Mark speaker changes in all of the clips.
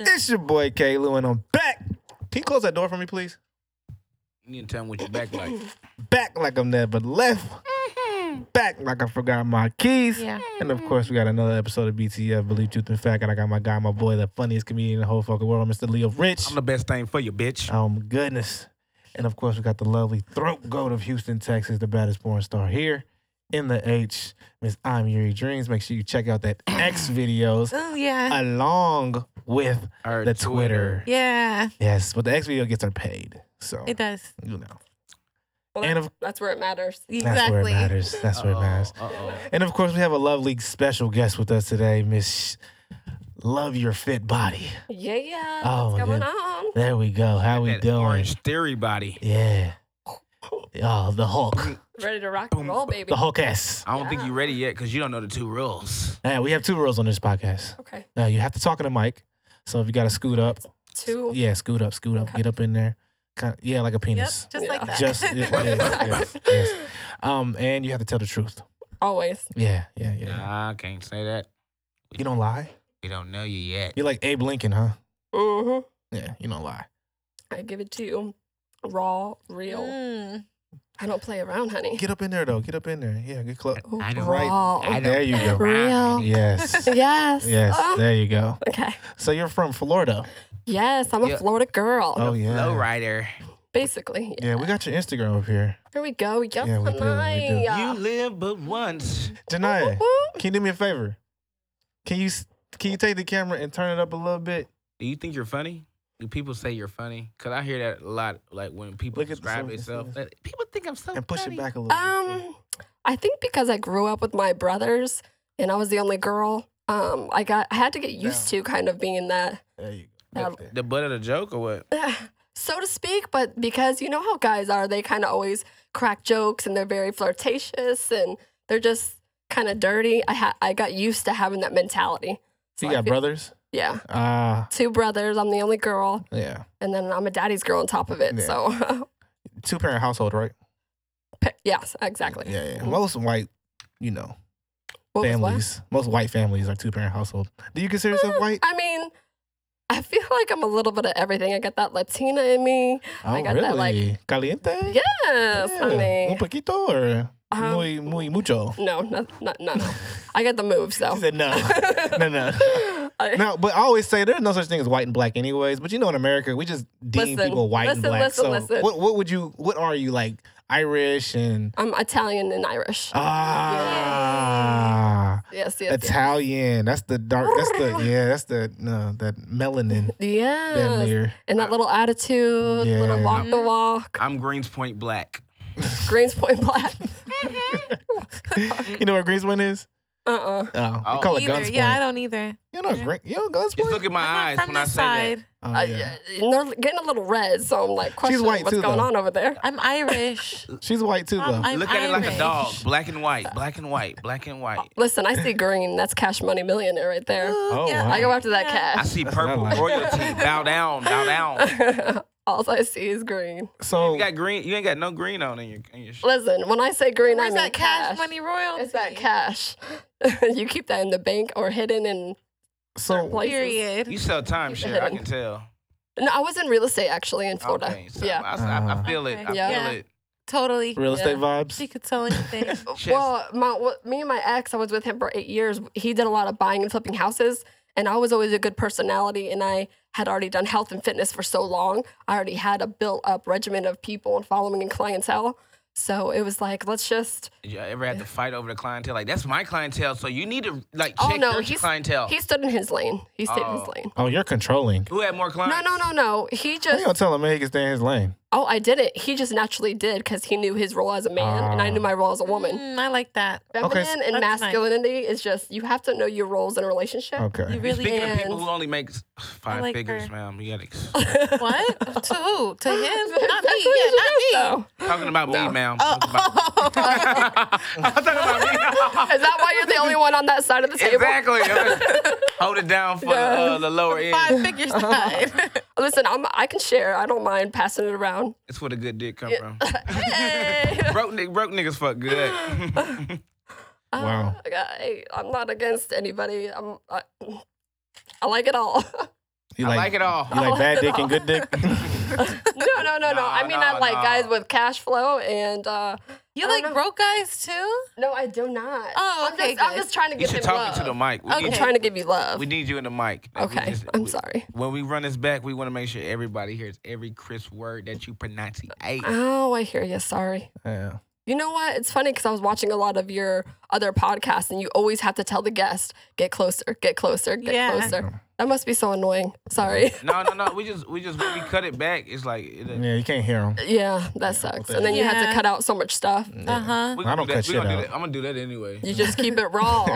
Speaker 1: It's your boy K Lou, and I'm back. Can you close that door for me, please?
Speaker 2: You need to tell me what your back like.
Speaker 1: Back like I'm never left. Back like I forgot my keys.
Speaker 3: Mm-hmm. Yeah.
Speaker 1: And of course, we got another episode of BTF, Believe Truth and Fact. And I got my guy, my boy, the funniest comedian in the whole fucking world, Mr. Leo Rich.
Speaker 2: I'm the best thing for you, bitch.
Speaker 1: Oh my goodness. And of course, we got the lovely throat goat of Houston, Texas, the baddest porn star here in the H, Miss I'm Yuri Dreams. Make sure you check out that X videos
Speaker 3: Oh yeah.
Speaker 1: along with
Speaker 2: Our
Speaker 1: the Twitter.
Speaker 3: yeah.
Speaker 1: Yes, but the X video gets her paid. So,
Speaker 3: It does.
Speaker 1: you know,
Speaker 4: Well,
Speaker 1: And
Speaker 4: that's,
Speaker 1: of-
Speaker 4: that's where it matters.
Speaker 1: that's where it
Speaker 3: Exactly.
Speaker 1: matters. That's where it
Speaker 2: Uh-oh,
Speaker 1: matters.
Speaker 2: uh-oh.
Speaker 1: And of course, we have a lovely special guest with us today, Miss Love Your Fit Body.
Speaker 4: Yeah, yeah.
Speaker 1: Oh,
Speaker 4: what's
Speaker 1: my
Speaker 4: going
Speaker 1: goodness.
Speaker 4: on?
Speaker 1: There we go. How we
Speaker 2: That
Speaker 1: doing?
Speaker 2: Orange theory body.
Speaker 1: Yeah. Oh, the Hulk.
Speaker 4: Ready to rock and roll, baby.
Speaker 1: The Hulk S.
Speaker 2: I don't think you're ready yet because you don't know the two rules.
Speaker 1: Hey, we have two rules on this podcast.
Speaker 4: Okay.
Speaker 1: Uh, you have to talk in the mic. So if you got to scoot up,
Speaker 4: Two.
Speaker 1: yeah, scoot up, scoot up,
Speaker 4: Okay.
Speaker 1: get up in there. Kind of, yeah, like a
Speaker 3: Yep.
Speaker 1: penis.
Speaker 3: Just like
Speaker 4: Yeah.
Speaker 3: that.
Speaker 1: Just yeah, yeah, yes, yes. Um, and you have to tell the truth.
Speaker 4: Always.
Speaker 1: Yeah, yeah, yeah.
Speaker 2: Nah, I can't say that.
Speaker 1: You don't lie.
Speaker 2: We don't know you yet.
Speaker 1: You're like Abe Lincoln, huh?
Speaker 4: hmm
Speaker 1: Yeah, you don't lie.
Speaker 4: I give it to you. Raw, real.
Speaker 3: Mm.
Speaker 4: I don't play around, honey.
Speaker 1: Get up in there though. Get up in there. Yeah, get close.
Speaker 4: Ooh,
Speaker 2: I don't-
Speaker 4: raw.
Speaker 2: I don't
Speaker 1: Oh, There you go.
Speaker 3: Real.
Speaker 1: Yes.
Speaker 4: Yes.
Speaker 1: Yes.
Speaker 4: Oh,
Speaker 1: There you go.
Speaker 4: okay.
Speaker 1: So you're from Florida.
Speaker 4: Yes, I'm a
Speaker 2: Yeah.
Speaker 4: Florida girl.
Speaker 1: Oh yeah.
Speaker 2: Low rider.
Speaker 4: Basically.
Speaker 1: Yeah, we got your Instagram up here.
Speaker 4: Here we go. Yes,
Speaker 1: Yeah,
Speaker 4: yeah,
Speaker 1: we do, we do.
Speaker 2: You live but once.
Speaker 1: Janaya, can you do me a favor? Can you s- can you take the camera and turn it up a little bit?
Speaker 2: Do you think you're funny? Do people say you're funny? Cause I hear that a lot. Like when people
Speaker 1: Look at the
Speaker 2: describe
Speaker 1: surface,
Speaker 2: itself,
Speaker 1: yes.
Speaker 2: like, people think I'm so
Speaker 1: And push
Speaker 2: funny.
Speaker 1: it back a little. bit.
Speaker 4: Um, I think because I grew up with my brothers and I was the only girl. Um, I got I had to get used to kind of being that,
Speaker 1: There you go.
Speaker 4: that
Speaker 1: Right there.
Speaker 2: The butt of the joke or what?
Speaker 4: so to speak. But because you know how guys are, they kind of always crack jokes and they're very flirtatious and they're just kind of dirty. I ha- I got used to having that mentality. So
Speaker 1: You
Speaker 4: I
Speaker 1: got
Speaker 4: feel-
Speaker 1: brothers?
Speaker 4: Yeah,
Speaker 1: Ah,
Speaker 4: two brothers. I'm the only girl,
Speaker 1: yeah.
Speaker 4: and then I'm a daddy's girl on top of it.
Speaker 1: Yeah.
Speaker 4: So,
Speaker 1: Two parent household, right?
Speaker 4: pe- yes, exactly.
Speaker 1: Yeah, yeah. Most white, you know,
Speaker 4: mm-hmm. What was what?
Speaker 1: families. Most white families are two parent household. Do you consider yourself
Speaker 4: Uh,
Speaker 1: white?
Speaker 4: I mean, I feel like I'm a little bit of everything. I got that Latina in me. I got that, like-
Speaker 1: Oh, caliente.
Speaker 4: Yes,
Speaker 1: Yeah. Un
Speaker 4: honey.
Speaker 1: poquito or
Speaker 4: Um,
Speaker 1: muy muy mucho.
Speaker 4: No, no, no, no, no. I got the moves
Speaker 1: She
Speaker 4: though.
Speaker 1: said no, no, no.
Speaker 4: I-
Speaker 1: No, but I always say there's no such thing as white and black, anyways. But you know, in America, we just deem
Speaker 4: Listen,
Speaker 1: people white and
Speaker 4: listen,
Speaker 1: black.
Speaker 4: listen,
Speaker 1: so,
Speaker 4: listen.
Speaker 1: what what would you? What are you like? Irish and
Speaker 4: I'm Italian and Irish.
Speaker 1: ah,
Speaker 4: Yes, yes, yes.
Speaker 1: Italian. That's the dark. That's the yeah. That's the no. That melanin. That
Speaker 4: yes.
Speaker 1: layer.
Speaker 4: And that little attitude,
Speaker 1: Yeah.
Speaker 4: little walk the walk,
Speaker 2: I'm Greens Point Black.
Speaker 4: Greens Point Black.
Speaker 1: You know what Greenspoint is?
Speaker 4: Uh-uh.
Speaker 1: Oh,
Speaker 2: Oh.
Speaker 1: we call it
Speaker 3: Either.
Speaker 1: Gunspoint.
Speaker 3: Yeah, I don't either.
Speaker 1: you know Green. You know
Speaker 2: Just look
Speaker 1: Gunspoint.
Speaker 2: at my
Speaker 3: I'm
Speaker 2: eyes
Speaker 3: not
Speaker 2: when
Speaker 3: from
Speaker 2: I
Speaker 3: this
Speaker 2: say
Speaker 3: side.
Speaker 2: that.
Speaker 1: Oh,
Speaker 4: I- uh,
Speaker 1: yeah.
Speaker 4: and they're getting a little red, so I'm like questioning
Speaker 1: white,
Speaker 4: what's
Speaker 1: too,
Speaker 4: going
Speaker 1: though.
Speaker 4: on over there.
Speaker 3: I'm Irish.
Speaker 1: She's white too,
Speaker 4: Uh,
Speaker 1: though.
Speaker 3: I'm, I'm
Speaker 2: Look at it
Speaker 3: Irish.
Speaker 2: like a dog. Black and white. Black and white. Black and white.
Speaker 4: Listen, I see green. That's Cash Money Millionaire right there.
Speaker 1: Oh, wow.
Speaker 4: I go after that
Speaker 2: I
Speaker 4: cash.
Speaker 2: see
Speaker 1: That's what I
Speaker 2: purple
Speaker 1: like.
Speaker 2: royalty. Bow down. Bow down.
Speaker 4: All I see is green.
Speaker 1: so
Speaker 2: You got green. You ain't got no green on in your in your. Sh-
Speaker 4: Listen, when I say green, I
Speaker 3: Where's
Speaker 4: mean
Speaker 3: that cash, money royalty?
Speaker 4: It's that cash. you keep that in the bank or hidden in
Speaker 1: so
Speaker 4: places.
Speaker 3: Period.
Speaker 2: you sell time share. I can tell.
Speaker 4: No, I was in real estate actually in Florida.
Speaker 2: Okay. So
Speaker 4: yeah.
Speaker 2: I, I,
Speaker 1: Uh,
Speaker 2: I feel it. I
Speaker 4: Yeah.
Speaker 2: feel it.
Speaker 3: Totally.
Speaker 1: real estate
Speaker 4: Yeah.
Speaker 3: She
Speaker 1: vibes.
Speaker 3: could tell anything.
Speaker 2: Just-
Speaker 4: Well, my wh- me and my ex, I was with him for eight years. He did a lot of buying and flipping houses, and I was always a good personality. And I had already done health and fitness for so long. I already had a built up regimen of people and following and clientele. So it was like, let's just.
Speaker 2: Did you ever have to fight over the clientele? Like that's my clientele, so you need to like
Speaker 4: Oh,
Speaker 2: check
Speaker 4: no,
Speaker 2: your
Speaker 4: he's-
Speaker 2: clientele.
Speaker 4: He stood in his lane. He stayed in his
Speaker 2: Oh.
Speaker 4: lane.
Speaker 1: Oh, you're controlling.
Speaker 2: Who had more
Speaker 4: No,
Speaker 2: clients?
Speaker 4: no, no, no. He
Speaker 1: You don't
Speaker 4: just.
Speaker 1: tell him he can stay in his lane.
Speaker 4: Oh, I didn't. He just naturally did because he knew his role as a man, and I knew my role as a woman.
Speaker 3: Mm, I like that.
Speaker 4: Feminine
Speaker 1: Ah. Okay, so-
Speaker 4: and
Speaker 3: That's nice.
Speaker 4: masculinity is just you have to know your roles in a relationship.
Speaker 3: You
Speaker 1: Okay.
Speaker 3: really
Speaker 2: Speaking
Speaker 3: is.
Speaker 2: of people who only make s- five
Speaker 3: like
Speaker 2: figures,
Speaker 3: her.
Speaker 2: ma'am, you gotta
Speaker 3: What? to who? To him? Not
Speaker 4: That's
Speaker 3: me.
Speaker 4: what
Speaker 3: Yeah,
Speaker 4: you
Speaker 3: not me.
Speaker 4: should know.
Speaker 2: talking about me, ma'am. Talking about-
Speaker 3: Oh.
Speaker 2: I'm talking about me.
Speaker 4: Is that why you're the only one on that side of the table?
Speaker 2: exactly. Hold it down for the, uh, the lower end.
Speaker 3: Five figure side.
Speaker 4: Listen, I'm, I can share. I don't mind passing it around.
Speaker 2: That's where the good dick come from.
Speaker 4: Hey.
Speaker 2: broke, ni- broke niggas fuck good.
Speaker 1: Wow.
Speaker 4: I, am not against anybody. I'm, I, I like it all.
Speaker 1: You
Speaker 2: I like it all.
Speaker 1: You
Speaker 4: I
Speaker 1: like
Speaker 4: like
Speaker 1: bad
Speaker 4: it
Speaker 1: dick and
Speaker 4: all.
Speaker 1: good dick?
Speaker 4: No, no, no, no. I
Speaker 2: No,
Speaker 4: mean,
Speaker 2: no,
Speaker 4: I like
Speaker 2: no.
Speaker 4: guys with cash flow, and uh,
Speaker 3: You
Speaker 4: I don't
Speaker 3: like
Speaker 4: know.
Speaker 3: broke guys too?
Speaker 4: no, I do not.
Speaker 3: Oh, okay,
Speaker 4: I'm just, I'm
Speaker 3: good.
Speaker 4: just trying to
Speaker 2: You
Speaker 4: give
Speaker 2: should
Speaker 4: him
Speaker 2: talk
Speaker 4: love.
Speaker 2: into the mic. We,
Speaker 4: I'm
Speaker 3: Okay.
Speaker 2: need,
Speaker 4: trying to give you love.
Speaker 2: we need you in the mic. Like, we
Speaker 4: okay,
Speaker 2: just-
Speaker 4: I'm
Speaker 2: we-
Speaker 4: sorry.
Speaker 2: When we run this back, we want to make sure everybody hears every crisp word that you pronounce.
Speaker 4: Oh, I hear you. Sorry.
Speaker 1: yeah.
Speaker 4: You know what? It's funny because I was watching a lot of your other podcasts, and you always have to tell the guest, "Get closer, get closer, get
Speaker 3: Yeah.
Speaker 4: closer." That must be so annoying. Sorry.
Speaker 2: No, no, no. We just, we just, when we cut it back, it's like, it,
Speaker 1: Yeah, you can't hear them.
Speaker 4: Yeah, that sucks.
Speaker 1: okay.
Speaker 4: And then you had
Speaker 3: Yeah.
Speaker 4: to cut out so much stuff.
Speaker 3: Uh huh.
Speaker 2: we
Speaker 1: I don't
Speaker 2: do
Speaker 1: cut
Speaker 2: that. we gonna
Speaker 1: shit
Speaker 2: do
Speaker 1: out.
Speaker 2: that. I'm gonna do that anyway.
Speaker 4: You just keep it raw.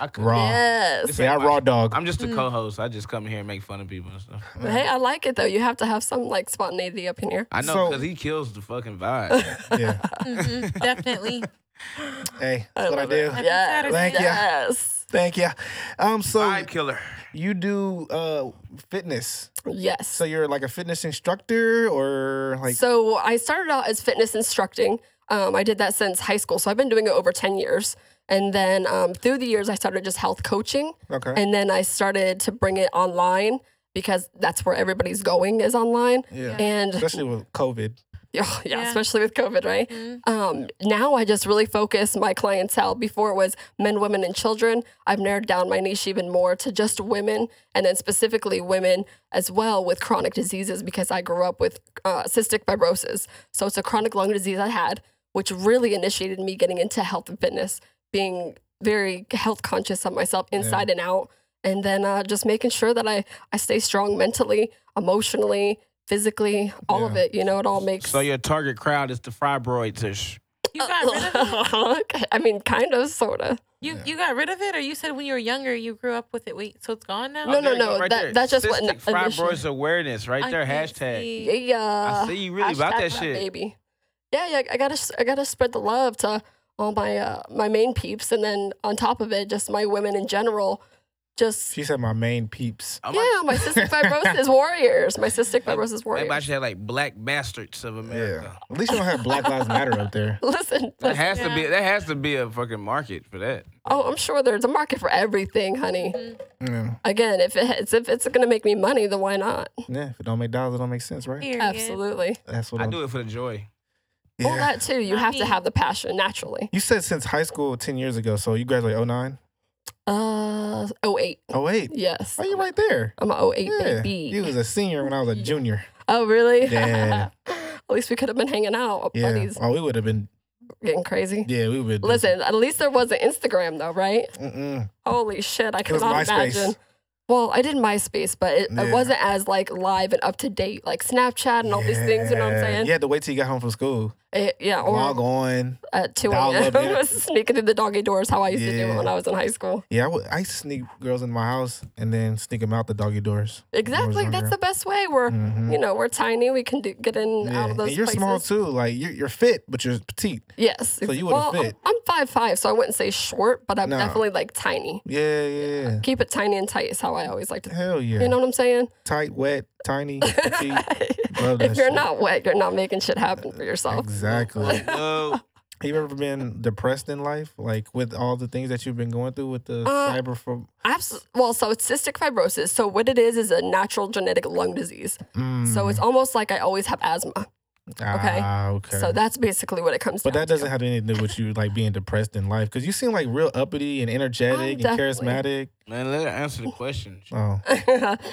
Speaker 2: I could-
Speaker 1: Raw.
Speaker 4: yes.
Speaker 2: This
Speaker 1: Yeah,
Speaker 2: ain't
Speaker 1: I raw
Speaker 2: my-
Speaker 1: dog.
Speaker 2: I'm
Speaker 4: Mm.
Speaker 2: just a co-host. I just come here and make fun of people and stuff.
Speaker 4: But hey, I like it though. You have to have some like spontaneity up in here.
Speaker 2: I know
Speaker 1: So-
Speaker 2: because he kills the fucking vibe.
Speaker 1: yeah.
Speaker 3: Mhm, definitely.
Speaker 1: Hey,
Speaker 4: I
Speaker 1: that's what I
Speaker 4: love
Speaker 1: do.
Speaker 4: it. Yes.
Speaker 3: Saturday.
Speaker 1: Thank you.
Speaker 4: Yes.
Speaker 1: Thank you. Um, so
Speaker 2: vibe killer.
Speaker 1: you do uh fitness.
Speaker 4: Yes.
Speaker 1: So you're like a fitness instructor or like
Speaker 4: so I started out as fitness instructing. Um, I did that since high school, so I've been doing it over ten years. And then um, through the years, I started just health coaching,
Speaker 1: okay.
Speaker 4: and then I started to bring it online because that's where everybody's going is online.
Speaker 1: yeah.
Speaker 4: And
Speaker 1: Especially with COVID.
Speaker 4: yeah,
Speaker 3: Yeah.
Speaker 4: especially with COVID, right?
Speaker 3: Mhm.
Speaker 4: Um, now I just really focus my clientele. Before it was men, women, and children. I've narrowed down my niche even more to just women, and then specifically women as well with chronic diseases because I grew up with uh, cystic fibrosis. So it's a chronic lung disease I had, which really initiated me getting into health and fitness, being very health conscious of myself inside and out, and then uh, just making sure that I I stay strong mentally, emotionally. Physically, all of
Speaker 1: Yeah.
Speaker 4: it, you know, it all makes.
Speaker 2: So your target crowd is the fibroids ish.
Speaker 3: You got rid of it?
Speaker 4: Okay, I mean, kind of, sort of.
Speaker 3: You you got rid of it, or you said when you were younger you grew up with it. Wait, so it's gone now?
Speaker 4: No, no, no, that- that's just what
Speaker 2: Cystic
Speaker 4: an initial-
Speaker 2: fibroids awareness right
Speaker 3: I
Speaker 2: there.
Speaker 3: can't
Speaker 2: Hashtag.
Speaker 3: see.
Speaker 4: Yeah.
Speaker 2: I see you really about
Speaker 4: uh, Hashtag
Speaker 2: that shit.
Speaker 4: Baby. Yeah, yeah. I gotta, I gotta spread the love to all my uh, my main peeps, and then on top of it, just my women in general. Just
Speaker 1: She said my main peeps.
Speaker 2: I'm
Speaker 4: yeah, my cystic fibrosis warriors. My cystic fibrosis
Speaker 2: like, everybody
Speaker 4: warriors.
Speaker 2: should have like black bastards of
Speaker 1: Yeah.
Speaker 2: America.
Speaker 1: At least you don't have Black Lives Matter up there.
Speaker 4: Listen.
Speaker 2: That has to be.
Speaker 3: Yeah.
Speaker 2: That has to be a fucking market for that.
Speaker 4: Oh, I'm sure there's a market for everything, honey.
Speaker 3: Mm-hmm.
Speaker 1: Yeah.
Speaker 4: Again, if it's if it's gonna make me money, then why not?
Speaker 1: yeah. If it don't make dollars, it don't make sense, right?
Speaker 3: Period.
Speaker 4: Absolutely.
Speaker 1: That's what
Speaker 2: I
Speaker 1: I'm
Speaker 2: do it for the joy.
Speaker 1: yeah.
Speaker 4: All that too. You
Speaker 3: I
Speaker 4: have to
Speaker 3: mean-
Speaker 4: have the passion naturally.
Speaker 1: You said since high school 10 years ago, so you graduated 09?
Speaker 4: Uh, oh eight.
Speaker 1: Oh wait.
Speaker 4: Yes.
Speaker 1: Are you right there?
Speaker 4: I'm a 08
Speaker 1: Yeah.
Speaker 4: baby.
Speaker 1: You was a senior when I was a junior.
Speaker 4: Oh, really?
Speaker 1: Yeah.
Speaker 4: at least we could have been hanging out.
Speaker 1: Yeah.
Speaker 4: Buddies
Speaker 1: Oh, we would have been
Speaker 4: getting crazy.
Speaker 1: yeah, we would have been
Speaker 4: Listen, at least there wasn't Instagram though, right?
Speaker 1: Mm-mm.
Speaker 4: Holy shit, I
Speaker 1: It was
Speaker 4: cannot
Speaker 1: MySpace.
Speaker 4: imagine. Well, I did MySpace, but it,
Speaker 1: Yeah.
Speaker 4: it wasn't as like live and up to date, like Snapchat and all these things. You know what I'm
Speaker 1: Yeah.
Speaker 4: saying?
Speaker 1: You had to wait till you got home from school.
Speaker 4: It- yeah.
Speaker 1: Log
Speaker 4: Or
Speaker 1: on.
Speaker 4: at two
Speaker 1: dial
Speaker 4: a.m.
Speaker 1: up in-
Speaker 4: was sneaking through the doggy doors. How I used to do
Speaker 1: Yeah.
Speaker 4: it when I was in high school.
Speaker 1: Yeah, I, would, I used to sneak girls in my house and then sneak them out the doggy doors.
Speaker 4: Exactly.
Speaker 1: younger.
Speaker 4: That's the best way. We're
Speaker 1: Mhm.
Speaker 4: you know we're tiny. We can do, get in
Speaker 1: Yeah.
Speaker 4: out of those.
Speaker 1: and you're
Speaker 4: places.
Speaker 1: small too. Like you're, you're fit, but you're petite.
Speaker 4: Yes.
Speaker 1: So
Speaker 4: ex-
Speaker 1: you would've
Speaker 4: I'm-
Speaker 1: fit.
Speaker 4: I'm five five, so I wouldn't say short, but I'm
Speaker 1: No.
Speaker 4: definitely like tiny.
Speaker 1: Yeah, yeah. yeah.
Speaker 4: Keep it tiny and tight is how I always like to.
Speaker 1: Hell yeah.
Speaker 4: You know what I'm saying?
Speaker 1: Tight, wet, tiny, petite. Love that
Speaker 4: if you're
Speaker 1: shit.
Speaker 4: not wet, you're not making shit happen for yourself.
Speaker 1: Exactly.
Speaker 2: Well,
Speaker 1: Have you ever been depressed in life? Like with all the things that you've been going through with the
Speaker 4: Uh,
Speaker 1: cyber from
Speaker 4: Abs- well, so it's cystic fibrosis. So what it is is a natural genetic lung disease. So
Speaker 1: Mm.
Speaker 4: it's almost like I always have asthma. okay.
Speaker 1: Ah, okay.
Speaker 4: So that's basically what it comes
Speaker 1: but
Speaker 4: down
Speaker 1: that
Speaker 4: to.
Speaker 1: doesn't have anything to do with you like being depressed in life because you seem like real uppity and energetic and
Speaker 4: definitely-
Speaker 1: charismatic.
Speaker 2: man, let her answer the question.
Speaker 1: Oh,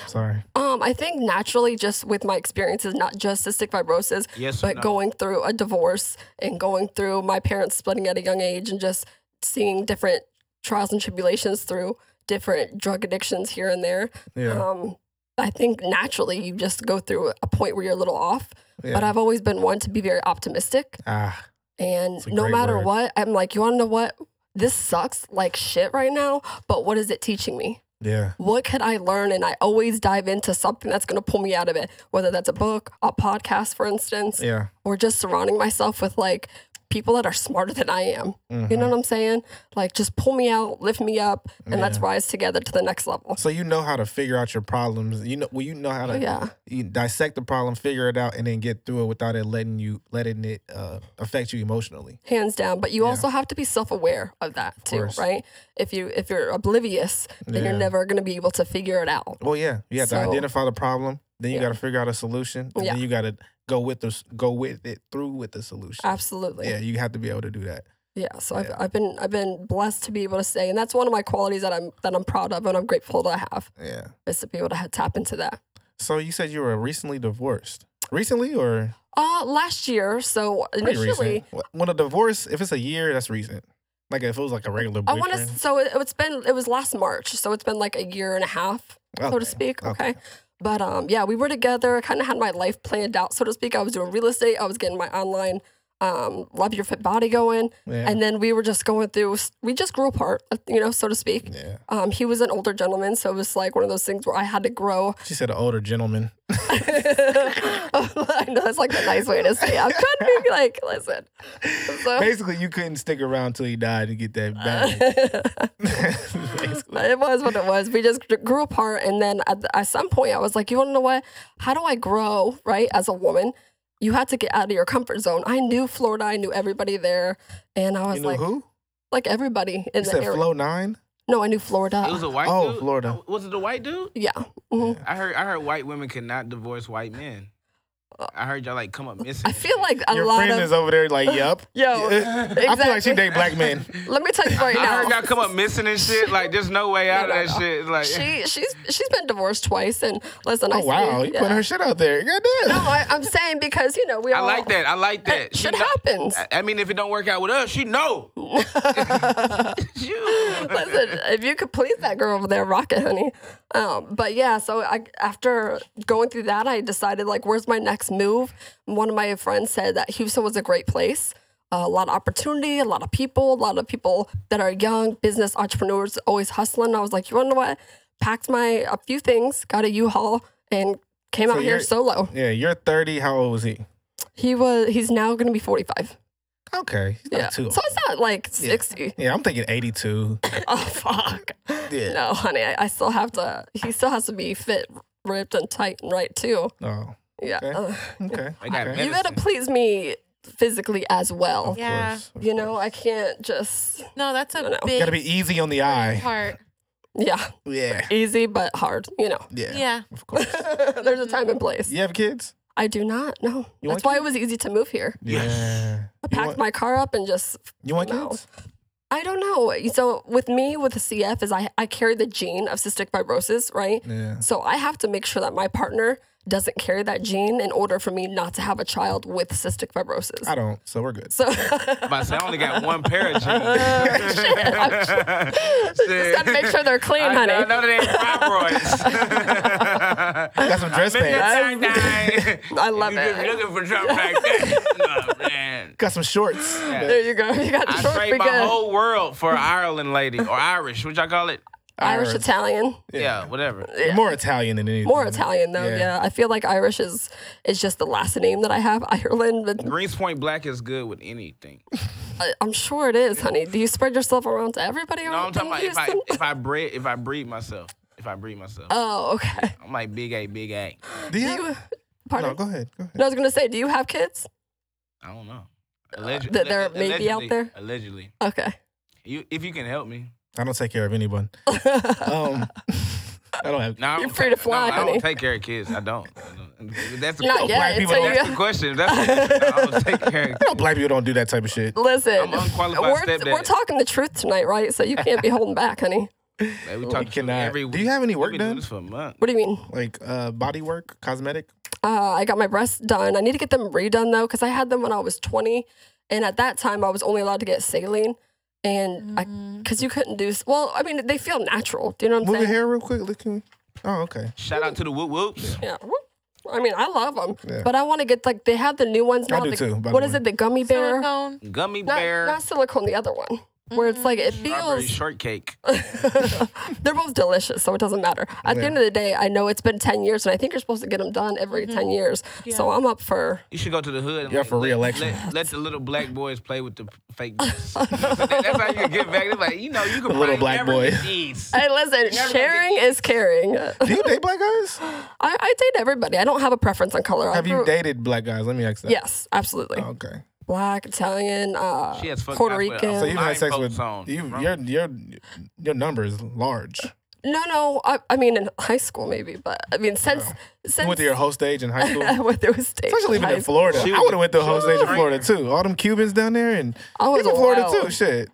Speaker 1: sorry.
Speaker 4: um, I think naturally, just with my experiences, not just cystic fibrosis,
Speaker 2: Yes, or
Speaker 4: but
Speaker 2: no?
Speaker 4: going through a divorce and going through my parents splitting at a young age and just seeing different trials and tribulations through different drug addictions here and there.
Speaker 1: Yeah.
Speaker 4: Um, I think naturally you just go through a point where you're a little off,
Speaker 1: yeah.
Speaker 4: but I've always been one to be very optimistic.
Speaker 1: ah,
Speaker 4: And
Speaker 1: It's a
Speaker 4: no
Speaker 1: great
Speaker 4: matter
Speaker 1: word.
Speaker 4: what, I'm like, you want to know what? This sucks like shit right now, but what is it teaching me?
Speaker 1: yeah.
Speaker 4: what could I learn? And I always dive into something that's going to pull me out of it, whether that's a book, a podcast, for instance,
Speaker 1: Yeah.
Speaker 4: or just surrounding myself with like people that are smarter than I am. You
Speaker 1: Mhm.
Speaker 4: know what I'm saying? Like, just pull me out, lift me up, and let's
Speaker 1: Yeah.
Speaker 4: rise together to the next level.
Speaker 1: So you know how to figure out your problems. You know, well, you know how to
Speaker 4: Oh, Yeah.
Speaker 1: you dissect the problem, figure it out, and then get through it without it letting you letting it uh, affect you emotionally.
Speaker 4: hands down but you
Speaker 1: Yeah.
Speaker 4: also have to be self-aware of that too
Speaker 1: course.
Speaker 4: right if you if you're oblivious then
Speaker 1: Yeah.
Speaker 4: you're never going to be able to figure it out
Speaker 1: Well, yeah, you have to
Speaker 4: So-
Speaker 1: identify the problem, then you
Speaker 4: Yeah.
Speaker 1: got to figure out a solution, and
Speaker 4: Yeah.
Speaker 1: then you got to go with the s- go with it through with the solution.
Speaker 4: absolutely
Speaker 1: Yeah,
Speaker 4: yeah,
Speaker 1: you have to be able to do that.
Speaker 4: so
Speaker 1: Yeah.
Speaker 4: I've, I've been i've been blessed to be able to say and that's one of my qualities that i'm that i'm proud of and i'm grateful to have
Speaker 1: Yeah.
Speaker 4: is to be able to ha- tap into that
Speaker 1: So you said you were recently divorced. Recently or
Speaker 4: uh last year so
Speaker 1: pretty
Speaker 4: initially
Speaker 1: recent? Wh- When a divorce, if it's a year, that's recent. Like if it was like a regular
Speaker 4: i want to
Speaker 1: boyfriend.
Speaker 4: so it, it's been it was last march so it's been like a year and a half so
Speaker 1: Okay,
Speaker 4: to speak
Speaker 1: okay.
Speaker 4: okay But um, yeah, we were together. I kind of had my life planned out, so to speak. I was doing real estate. I was getting my online um, love your fit body going,
Speaker 1: Yeah.
Speaker 4: and then we were just going through. We just grew apart, uh, you know, so to speak.
Speaker 1: yeah.
Speaker 4: Um, he was an older gentleman, so it was like one of those things where I had to grow.
Speaker 1: She said an older gentleman.
Speaker 4: I know that's like the nice way to say. It. I could be like, listen. So,
Speaker 1: Basically, you couldn't stick around till he died and get that back.
Speaker 4: uh,
Speaker 1: Basically.
Speaker 4: it was what it was. We just gr- grew apart, and then at, the- at some point, I was like, "You want to know what? How do I grow right as a woman? You had to get out of your comfort zone." I knew Florida. I knew everybody there, and I was
Speaker 1: You knew
Speaker 4: like,
Speaker 1: who?
Speaker 4: like everybody in
Speaker 1: You
Speaker 4: the
Speaker 1: said
Speaker 4: area.
Speaker 1: Flow Nine?
Speaker 4: no, I knew Florida.
Speaker 2: It was a white
Speaker 1: Oh,
Speaker 2: dude.
Speaker 1: Florida.
Speaker 2: Was it the white dude?
Speaker 4: yeah, mhm.
Speaker 2: I heard I heard white women could not divorce white men.
Speaker 4: Uh,
Speaker 2: I heard y'all like come up missing.
Speaker 4: I feel like a
Speaker 1: Your
Speaker 4: lot
Speaker 1: friend
Speaker 4: of
Speaker 1: is over there like, yup.
Speaker 4: yo.
Speaker 1: I feel like she
Speaker 4: exactly.
Speaker 1: date black men.
Speaker 4: Let me tell you right
Speaker 2: I heard
Speaker 4: now.
Speaker 2: y'all come up missing and shit. Like there's no way out
Speaker 4: no,
Speaker 2: of that
Speaker 4: no.
Speaker 2: shit. Like
Speaker 4: She she's she's been divorced twice, and listen, I
Speaker 1: Oh
Speaker 4: see-
Speaker 1: wow, you putting
Speaker 4: yeah.
Speaker 1: her shit out there. Goddamn.
Speaker 4: No, I, I'm saying because you know we
Speaker 2: I
Speaker 4: all
Speaker 2: like that. I like that. She
Speaker 4: Shit
Speaker 2: know-
Speaker 4: happens.
Speaker 2: I- I mean, if it don't work out with us, she know. You-
Speaker 4: Listen, if you could please that girl over there, rock it, honey. Um, but yeah, so I, after going through that, I decided like, where's my next move? And one of my friends said that Houston was a great place, Uh, a lot of opportunity, a lot of people, a lot of people that are young business entrepreneurs, always hustling. I was like, you wanna know what? Packed my a few things, got a U-Haul, and came out here
Speaker 1: you're-
Speaker 4: solo.
Speaker 1: Yeah, you're 30. How old was he?
Speaker 4: He was he's now gonna be 45.
Speaker 1: Okay, he's not
Speaker 4: Yeah,
Speaker 1: too
Speaker 4: so
Speaker 1: old.
Speaker 4: it's not like 60.
Speaker 1: Yeah, I'm thinking 82.
Speaker 4: Oh fuck.
Speaker 1: Yeah.
Speaker 4: No, honey, I, I still have to. He still has to be fit, ripped, and tight and right too.
Speaker 1: Oh,
Speaker 4: Yeah.
Speaker 1: Okay.
Speaker 4: Ugh.
Speaker 1: okay.
Speaker 2: I got
Speaker 1: okay.
Speaker 2: mad
Speaker 4: you gotta
Speaker 2: Medicine.
Speaker 4: please me physically as well.
Speaker 1: Of
Speaker 3: Yeah.
Speaker 1: course, of
Speaker 4: You know,
Speaker 1: course.
Speaker 4: I can't just.
Speaker 3: No, that's a
Speaker 4: No, no.
Speaker 3: big
Speaker 1: gotta be E. easy on the eye.
Speaker 3: part.
Speaker 4: Yeah,
Speaker 1: Yeah,
Speaker 4: easy but hard. You know,
Speaker 1: yeah,
Speaker 3: Yeah.
Speaker 1: Of course.
Speaker 4: there's a time and place.
Speaker 1: You have kids?
Speaker 4: I do not. No,
Speaker 1: You want
Speaker 4: that's why it was easy to move here.
Speaker 2: Yes.
Speaker 1: Yeah.
Speaker 4: I
Speaker 1: You
Speaker 4: packed
Speaker 1: want,
Speaker 4: my car up and just.
Speaker 1: you want
Speaker 4: No.
Speaker 1: kids?
Speaker 4: I don't know. So with me with the CF is I I carry the gene of cystic fibrosis, right?
Speaker 1: Yeah.
Speaker 4: So I have to make sure that my partner doesn't carry that gene in order for me not to have a child with cystic fibrosis.
Speaker 1: I don't, so we're good.
Speaker 4: So
Speaker 2: But I said, I only got one pair of jeans.
Speaker 4: just gotta make sure they're clean, honey.
Speaker 2: I know they ain't fibroids.
Speaker 1: Got some dress pants.
Speaker 4: I love
Speaker 2: you
Speaker 4: it.
Speaker 2: You looking for something like that? No, man.
Speaker 1: Got some shorts.
Speaker 4: There you go. You got
Speaker 2: I
Speaker 4: short
Speaker 2: trade my
Speaker 4: because
Speaker 2: whole world for an Ireland lady or Irish. What y'all call it?
Speaker 4: Irish
Speaker 1: Irish.
Speaker 4: Italian.
Speaker 2: Yeah, whatever.
Speaker 1: More Italian than anything.
Speaker 2: Mm-hmm.
Speaker 4: More Italian though,
Speaker 1: Yeah.
Speaker 4: yeah. I feel like Irish is is just the last name that I have. Ireland, but
Speaker 2: Mm-hmm. Greenspoint Black is good with anything.
Speaker 4: I, I'm sure it is, honey. Do you spread yourself around to everybody?
Speaker 2: No, I'm
Speaker 4: around
Speaker 2: talking about if I
Speaker 4: Houston?
Speaker 2: if I breed if I breed myself. If I breed myself.
Speaker 4: Oh, okay.
Speaker 2: I'm like big A, big A.
Speaker 1: Do you?
Speaker 4: Do you?
Speaker 1: no,
Speaker 4: Pardon.
Speaker 1: go ahead. Go ahead.
Speaker 4: No, I was gonna say, do you have kids?
Speaker 2: I don't know. Alleged,
Speaker 4: that there may be out there?
Speaker 2: Allegedly.
Speaker 4: Okay.
Speaker 2: You if you can help me.
Speaker 1: I don't take care of anyone. um, I don't have.
Speaker 2: No, I
Speaker 4: You're
Speaker 2: don't
Speaker 4: free
Speaker 2: take-
Speaker 4: to fly,
Speaker 2: no, I
Speaker 4: honey.
Speaker 2: don't take care of kids. I don't. I don't. That's the
Speaker 4: Not
Speaker 1: black
Speaker 4: yet.
Speaker 1: people
Speaker 4: Until
Speaker 1: don't
Speaker 4: you
Speaker 2: That's the question. That's the question. I don't take care of
Speaker 1: No, black people don't do that type of shit.
Speaker 4: Listen,
Speaker 2: I'm unqualified
Speaker 4: we're,
Speaker 2: stepdad.
Speaker 4: we're talking the truth tonight, right? So you can't be holding back, honey.
Speaker 2: kids. Like, we talk to you
Speaker 1: cannot.
Speaker 2: every
Speaker 1: Do
Speaker 2: week.
Speaker 1: you have any
Speaker 2: We've
Speaker 1: work
Speaker 2: been doing
Speaker 1: done?
Speaker 2: this for a month.
Speaker 4: What do you mean?
Speaker 1: Like uh, body work, cosmetic.
Speaker 4: Uh, I got my breasts done. I need to get them redone though, because I had them when I was 20, and at that time I was only allowed to get saline, and I, because you couldn't do. s- Well, I mean, they feel natural. Do you know what I'm
Speaker 1: Move your
Speaker 4: saying?
Speaker 1: hair real quick. Look, can we? Oh, okay.
Speaker 2: Shout out to the whoop whoops.
Speaker 4: Yeah. whoop. I mean, I love them,
Speaker 1: Yeah.
Speaker 4: but I want to get like they have the new ones
Speaker 1: I
Speaker 4: now.
Speaker 1: do
Speaker 4: the,
Speaker 1: too, by the
Speaker 4: what is
Speaker 1: way.
Speaker 4: it? The gummy bear?
Speaker 3: Silicone.
Speaker 2: Gummy
Speaker 4: Not,
Speaker 2: bear.
Speaker 4: not silicone. The other one. where it's like it
Speaker 2: Strawberry
Speaker 4: feels
Speaker 2: shortcake.
Speaker 4: they're both delicious, so it doesn't matter. At the
Speaker 1: Yeah.
Speaker 4: end of the day, I know it's been 10 years and I think you're supposed to get them done every 10 years. So I'm up for
Speaker 2: You should go to the hood. And
Speaker 1: Yeah,
Speaker 2: like,
Speaker 1: for
Speaker 2: let-
Speaker 1: re-election.
Speaker 2: Let, let the little black boys play with the p- fake. That's how you get back. They're like, you know, you can
Speaker 1: The little
Speaker 2: buy
Speaker 1: black
Speaker 2: whatever
Speaker 1: boy.
Speaker 2: you need.
Speaker 4: Hey, listen,
Speaker 2: Everybody-
Speaker 4: sharing is caring. I,
Speaker 1: Do you date black guys?
Speaker 4: I date everybody. I don't have a preference on color. I
Speaker 1: Have you
Speaker 4: grew-
Speaker 1: dated Oh. black guys? Let me ask that.
Speaker 4: Yes, absolutely.
Speaker 1: Okay.
Speaker 4: Black, Italian, uh,
Speaker 2: She has fucked
Speaker 4: Puerto
Speaker 2: guys with
Speaker 4: Rican.
Speaker 2: a
Speaker 1: So you've had sex
Speaker 2: Blindfold
Speaker 1: with
Speaker 2: song.
Speaker 1: you. Your your your number is large.
Speaker 4: no, no. I, I mean, in high school maybe, but I mean, since
Speaker 1: You
Speaker 4: since
Speaker 1: went to your whole stage in high
Speaker 4: I
Speaker 1: school.
Speaker 4: went through a stage.
Speaker 1: Especially living
Speaker 4: in high
Speaker 1: in Florida,
Speaker 2: She
Speaker 1: I
Speaker 2: was-
Speaker 1: would have went through a whole
Speaker 2: she
Speaker 1: stage in
Speaker 2: was a
Speaker 1: Florida too. All them Cubans down there and
Speaker 4: I was
Speaker 1: even Florida
Speaker 4: wild.
Speaker 1: too. Shit,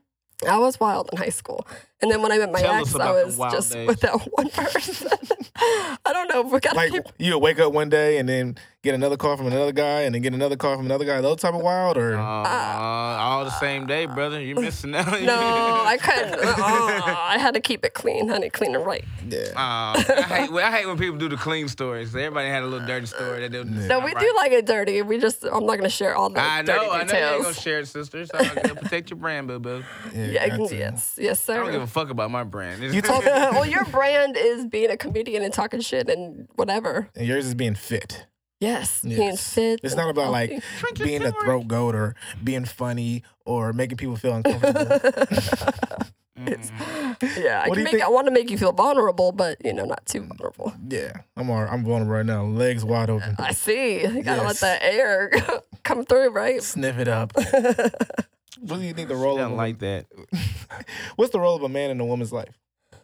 Speaker 4: I was wild in high school, and then when I met my
Speaker 2: Tell us
Speaker 4: ex, I
Speaker 2: about the
Speaker 4: was
Speaker 2: wild
Speaker 4: just
Speaker 2: days.
Speaker 4: with that one person. I don't know. We gotta
Speaker 1: like
Speaker 4: keep.
Speaker 1: you wake up one day and then get another call from another guy and then get another call from another guy. Those type of wild or
Speaker 2: Uh, all the same day, brother. You missing out.
Speaker 4: No, I couldn't. Aw, I had to keep it clean, honey, clean and right.
Speaker 1: yeah.
Speaker 2: Aw, I, hate, well, I hate when people do the clean stories. Everybody had a little dirty story that they
Speaker 4: No, we do like it dirty. We just, I'm not gonna share all the
Speaker 2: I know,
Speaker 4: dirty
Speaker 2: I know you ain't
Speaker 4: details.
Speaker 2: gonna share it, sister. So I gotta protect your brand, boo boo.
Speaker 4: Yeah,
Speaker 1: got to.
Speaker 4: yes, yes,
Speaker 2: I
Speaker 4: sir.
Speaker 2: don't give a fuck about my brand.
Speaker 1: You talk-
Speaker 4: well, your brand is being a comedian and talking shit and whatever.
Speaker 1: And yours is being fit.
Speaker 4: Yes, being
Speaker 1: Yes.
Speaker 4: fit.
Speaker 1: It's
Speaker 4: and
Speaker 1: not about like
Speaker 4: healthy.
Speaker 2: Drink
Speaker 1: being a
Speaker 2: yourself.
Speaker 1: throat goat or being funny or making people feel uncomfortable.
Speaker 4: Yeah, I,
Speaker 1: What do
Speaker 4: can
Speaker 1: you
Speaker 4: make,
Speaker 1: think-
Speaker 4: I want to make you feel vulnerable, but you know, not too vulnerable.
Speaker 1: yeah, I'm all, I'm vulnerable right now. Legs wide open.
Speaker 4: I see. You gotta
Speaker 1: Yes.
Speaker 4: let the air come through, right?
Speaker 1: Sniff it up. what do you think the
Speaker 2: I
Speaker 1: role of
Speaker 2: don't
Speaker 1: a-
Speaker 2: like that.
Speaker 1: what's the role of a man in a woman's life?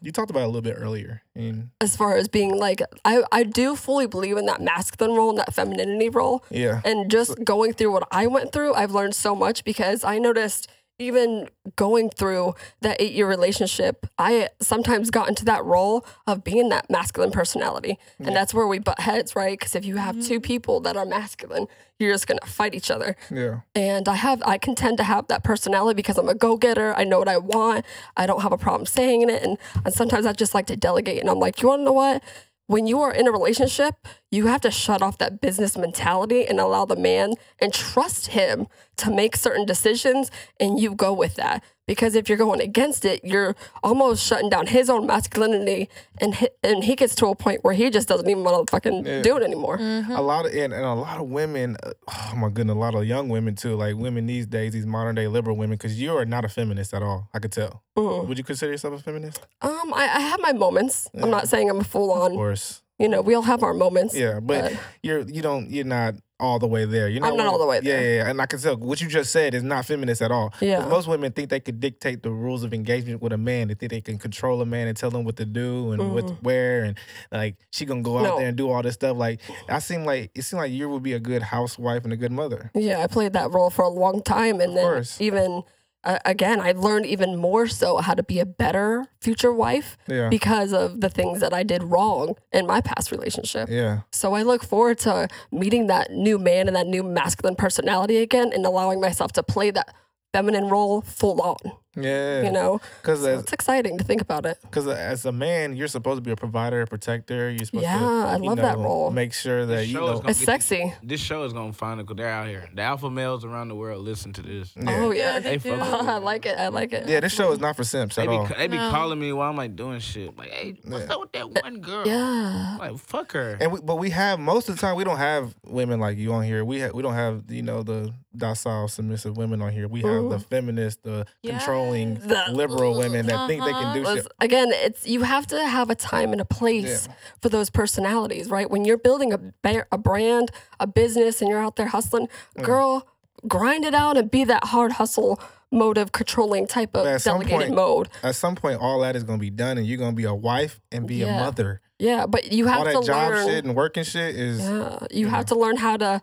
Speaker 1: You talked about it a little bit earlier. And
Speaker 4: As far as being like, I, I do fully believe in that masculine role and that femininity role.
Speaker 1: yeah,
Speaker 4: and just going through what I went through, I've learned so much because I noticed even going through that eight year relationship, I sometimes got into that role of being that masculine personality. And that's where we butt heads, right? Because if you have two people that are masculine, you're just going to fight each other.
Speaker 1: yeah.
Speaker 4: And I have, I can tend to have that personality because I'm a go getter. I know what I want. I don't have a problem saying it. And, and sometimes I just like to delegate. And I'm like, you want to know what? When you are in a relationship, you have to shut off that business mentality and allow the man and trust him to make certain decisions. And you go with that. Because if you're going against it, you're almost shutting down his own masculinity. And he, and he gets to a point where he just doesn't even want to fucking
Speaker 1: Yeah.
Speaker 4: do it anymore.
Speaker 1: A lot of and, and a lot of women. uh, Oh my goodness, a lot of young women too. Like women these days, these modern day liberal women, because you are not a feminist at all. I could tell.
Speaker 4: Mm.
Speaker 1: Would you consider yourself a feminist?
Speaker 4: Um, I, I have my moments. I'm not saying I'm full
Speaker 1: Of
Speaker 4: on
Speaker 1: course.
Speaker 4: you know, we all have our moments.
Speaker 1: Yeah, but
Speaker 4: but-
Speaker 1: you're you don't you're not all the way there. You're
Speaker 4: I'm not
Speaker 1: one-
Speaker 4: all the way
Speaker 1: yeah,
Speaker 4: there.
Speaker 1: Yeah, yeah, and I can tell what you just said is not feminist at all. 'Cause
Speaker 4: Yeah.
Speaker 1: most women think they could dictate the rules of engagement with a man. They think they can control a man and tell him what to do and what to wear and like she gonna go out
Speaker 4: Mm-hmm. No.
Speaker 1: there and do all this stuff. Like I seem like it seemed like you would be a good housewife and a good mother.
Speaker 4: Yeah, I played that role for a long time, and then
Speaker 1: course.
Speaker 4: even uh, again, I learned even more so how to be a better future wife
Speaker 1: Yeah.
Speaker 4: because of the things that I did wrong in my past relationship.
Speaker 1: Yeah.
Speaker 4: So I look forward to meeting that new man and that new masculine personality again, and allowing myself to play that feminine role full on.
Speaker 1: Yeah.
Speaker 4: You know,
Speaker 1: Cause as,
Speaker 4: it's exciting to think about it.
Speaker 1: cause as a man, you're supposed to be a provider, a protector. You're supposed to
Speaker 4: Yeah, I
Speaker 1: you
Speaker 4: love that
Speaker 1: know,
Speaker 4: role.
Speaker 1: Make sure that you
Speaker 2: show is
Speaker 1: know.
Speaker 2: gonna-
Speaker 4: It's sexy.
Speaker 2: This show is gonna find it 'cause they're out here. The alpha males around the world listen to this.
Speaker 3: Yeah,
Speaker 4: Oh yeah,
Speaker 3: they
Speaker 2: Hey,
Speaker 3: do.
Speaker 2: folks.
Speaker 4: I like it. I like it.
Speaker 1: Yeah, this show is not for simps
Speaker 2: They
Speaker 1: at
Speaker 2: be,
Speaker 1: all.
Speaker 2: they be
Speaker 3: No.
Speaker 2: calling me while I'm like doing shit. Like, hey, what's up with that one girl?
Speaker 4: yeah.
Speaker 2: Like, fuck her.
Speaker 1: And we, but we have most of the time we don't have women like you on here. We ha- we don't have you know the docile submissive women on here. We have the feminist, the controlling
Speaker 4: The- Uh-huh.
Speaker 1: liberal women that think they can do
Speaker 4: Well,
Speaker 1: shit.
Speaker 4: it's- again, it's you have to have a time and a place for those personalities, right? When you're building a ba- a brand, a business, and you're out there hustling, girl, grind it out and be that hard hustle motive controlling type of
Speaker 1: But at some
Speaker 4: delegated
Speaker 1: point-
Speaker 4: mode.
Speaker 1: At some point, all that is gonna be done, and you're gonna be a wife and be a
Speaker 4: Yeah.
Speaker 1: mother.
Speaker 4: Yeah, but you
Speaker 1: All
Speaker 4: have to
Speaker 1: that job
Speaker 4: learn.
Speaker 1: shit and working shit is
Speaker 4: Yeah, you have to learn how to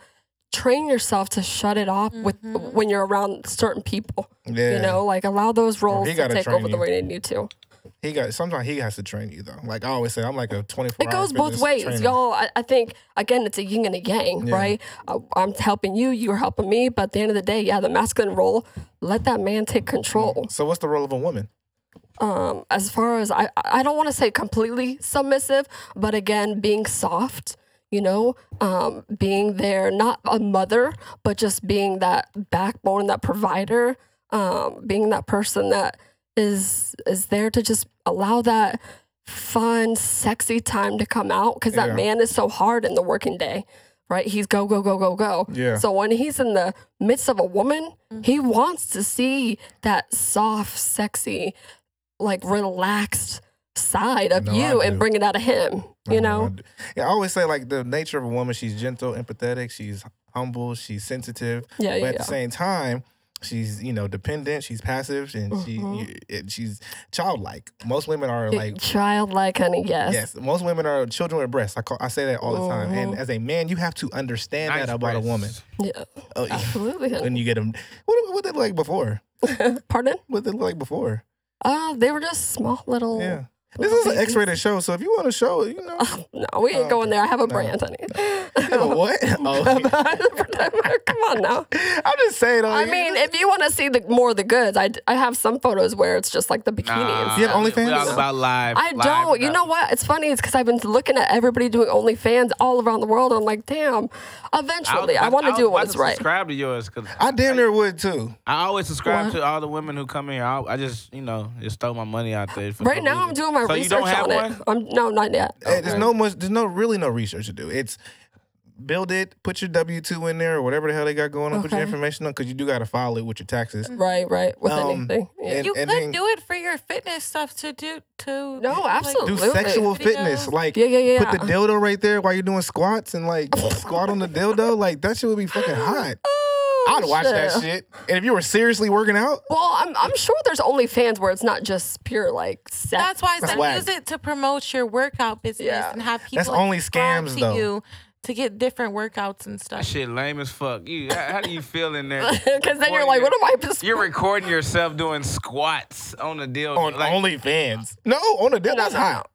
Speaker 4: train yourself to shut it off with when you're around certain people.
Speaker 1: Yeah.
Speaker 4: You know, like allow those roles to
Speaker 1: gotta
Speaker 4: take
Speaker 1: train
Speaker 4: over the
Speaker 1: you.
Speaker 4: way they need to.
Speaker 1: he got. Sometimes he has to train you though. Like I always say, I'm like a 24.
Speaker 4: It goes both ways, y'all. I, I think again, it's a yin and a yang, right? I, I'm helping you, you're helping me, but at the end of the day, yeah, the masculine role, let that man take control.
Speaker 1: So what's the role of a woman?
Speaker 4: Um, as far as I, I don't want to say completely submissive, but again, being soft, you know, um, being there, not a mother, but just being that backbone, that provider. um, being that person that is is there to just allow that fun, sexy time to come out because
Speaker 1: Yeah.
Speaker 4: that man is so hard in the working day, right? He's go go go go go.
Speaker 1: Yeah.
Speaker 4: So when he's in the midst of a woman, he wants to see that soft, sexy, like relaxed side of
Speaker 1: No,
Speaker 4: you
Speaker 1: I
Speaker 4: and
Speaker 1: do.
Speaker 4: bring it out of him. You know?
Speaker 1: Yeah, I always say like the nature of a woman. She's gentle, empathetic. She's humble. She's sensitive.
Speaker 4: Yeah,
Speaker 1: but
Speaker 4: yeah.
Speaker 1: at the same time, she's you know dependent. She's passive, and she
Speaker 4: Mhm.
Speaker 1: it, she's childlike. Most women are
Speaker 4: Y-
Speaker 1: like.
Speaker 4: Childlike, honey. Yes.
Speaker 1: Yes, most women are children with breasts. I call, I say that all the time. And
Speaker 4: Mhm.
Speaker 1: as a man, you have to understand
Speaker 2: Nice
Speaker 1: that about a
Speaker 2: breasts.
Speaker 1: woman.
Speaker 4: Yeah,
Speaker 1: Oh,
Speaker 4: absolutely. honey.
Speaker 1: when you get them, what what they look like before?
Speaker 4: Pardon?
Speaker 1: What they look like before?
Speaker 4: Uh, they were just small little.
Speaker 1: Yeah, this is an X-rated show, so if you want to show, it, you know,
Speaker 4: No, we ain't
Speaker 1: Oh,
Speaker 4: going
Speaker 1: okay.
Speaker 4: there. I have a
Speaker 1: No.
Speaker 4: brand, honey.
Speaker 1: You know what? Oh,
Speaker 4: Come on now.
Speaker 1: I'm just saying. oh,
Speaker 4: I
Speaker 1: yeah,
Speaker 4: mean,
Speaker 1: this-
Speaker 4: if you want to see the more of the goods, I, d- I have some photos where it's just like the bikini. and
Speaker 2: Nah,
Speaker 1: You
Speaker 4: stuff.
Speaker 1: have OnlyFans?
Speaker 2: We all about live.
Speaker 4: I
Speaker 2: live
Speaker 4: don't. You
Speaker 2: production.
Speaker 4: know what? It's funny. It's because I've been looking at everybody doing OnlyFans all around the world. I'm like, damn.
Speaker 2: was
Speaker 4: Eventually, I,
Speaker 2: about-
Speaker 4: want to
Speaker 2: was
Speaker 4: do it when
Speaker 2: about
Speaker 4: it's
Speaker 2: to
Speaker 4: right.
Speaker 2: Subscribe to yours 'cause
Speaker 1: I damn near would too.
Speaker 2: I always subscribe
Speaker 4: What?
Speaker 2: to all the women who come in here. I, I just, you know, just throw my money out there. For
Speaker 4: Right
Speaker 2: no
Speaker 4: now, I'm
Speaker 2: reason.
Speaker 4: doing my
Speaker 2: So you
Speaker 4: research
Speaker 2: don't have
Speaker 4: on it.
Speaker 2: one?
Speaker 4: I'm no, not yet.
Speaker 1: Eh, There's no much. There's no really no research to do. It's build it, put your W two in there or whatever the hell they got going on. Put your
Speaker 4: Okay. Mm.
Speaker 1: information on because you do got to file it with your taxes.
Speaker 4: Right, right. With
Speaker 1: Um,
Speaker 4: anything. Yeah.
Speaker 1: and-
Speaker 3: you could
Speaker 1: then-
Speaker 3: do it for your fitness stuff to do to
Speaker 4: No, absolutely.
Speaker 1: Do
Speaker 4: Absolutely.
Speaker 1: sexual
Speaker 3: Videos.
Speaker 1: fitness like.
Speaker 4: yeah, yeah, yeah.
Speaker 1: Put the dildo right there while you're doing squats and like squat on the dildo. Like that shit would be fucking hot.
Speaker 4: Oh,
Speaker 1: I'd watch that shit. And if you were seriously working out,
Speaker 4: Well, I'm, I'm sure there's OnlyFans where it's not just pure like sex.
Speaker 3: That's why I
Speaker 1: That's
Speaker 3: said
Speaker 1: whack.
Speaker 3: use it to promote your workout business
Speaker 4: Yeah.
Speaker 3: and have people.
Speaker 1: That's only
Speaker 3: subscribe
Speaker 1: scams,
Speaker 3: to
Speaker 1: though.
Speaker 3: You to get different workouts and stuff.
Speaker 2: That shit lame as fuck. You, how, how do you feel in there?
Speaker 4: because then you're like, what am I? Just,
Speaker 2: You're recording yourself doing squats on the deal.
Speaker 1: on
Speaker 2: like,
Speaker 1: OnlyFans. No, on the dildo. That's hot.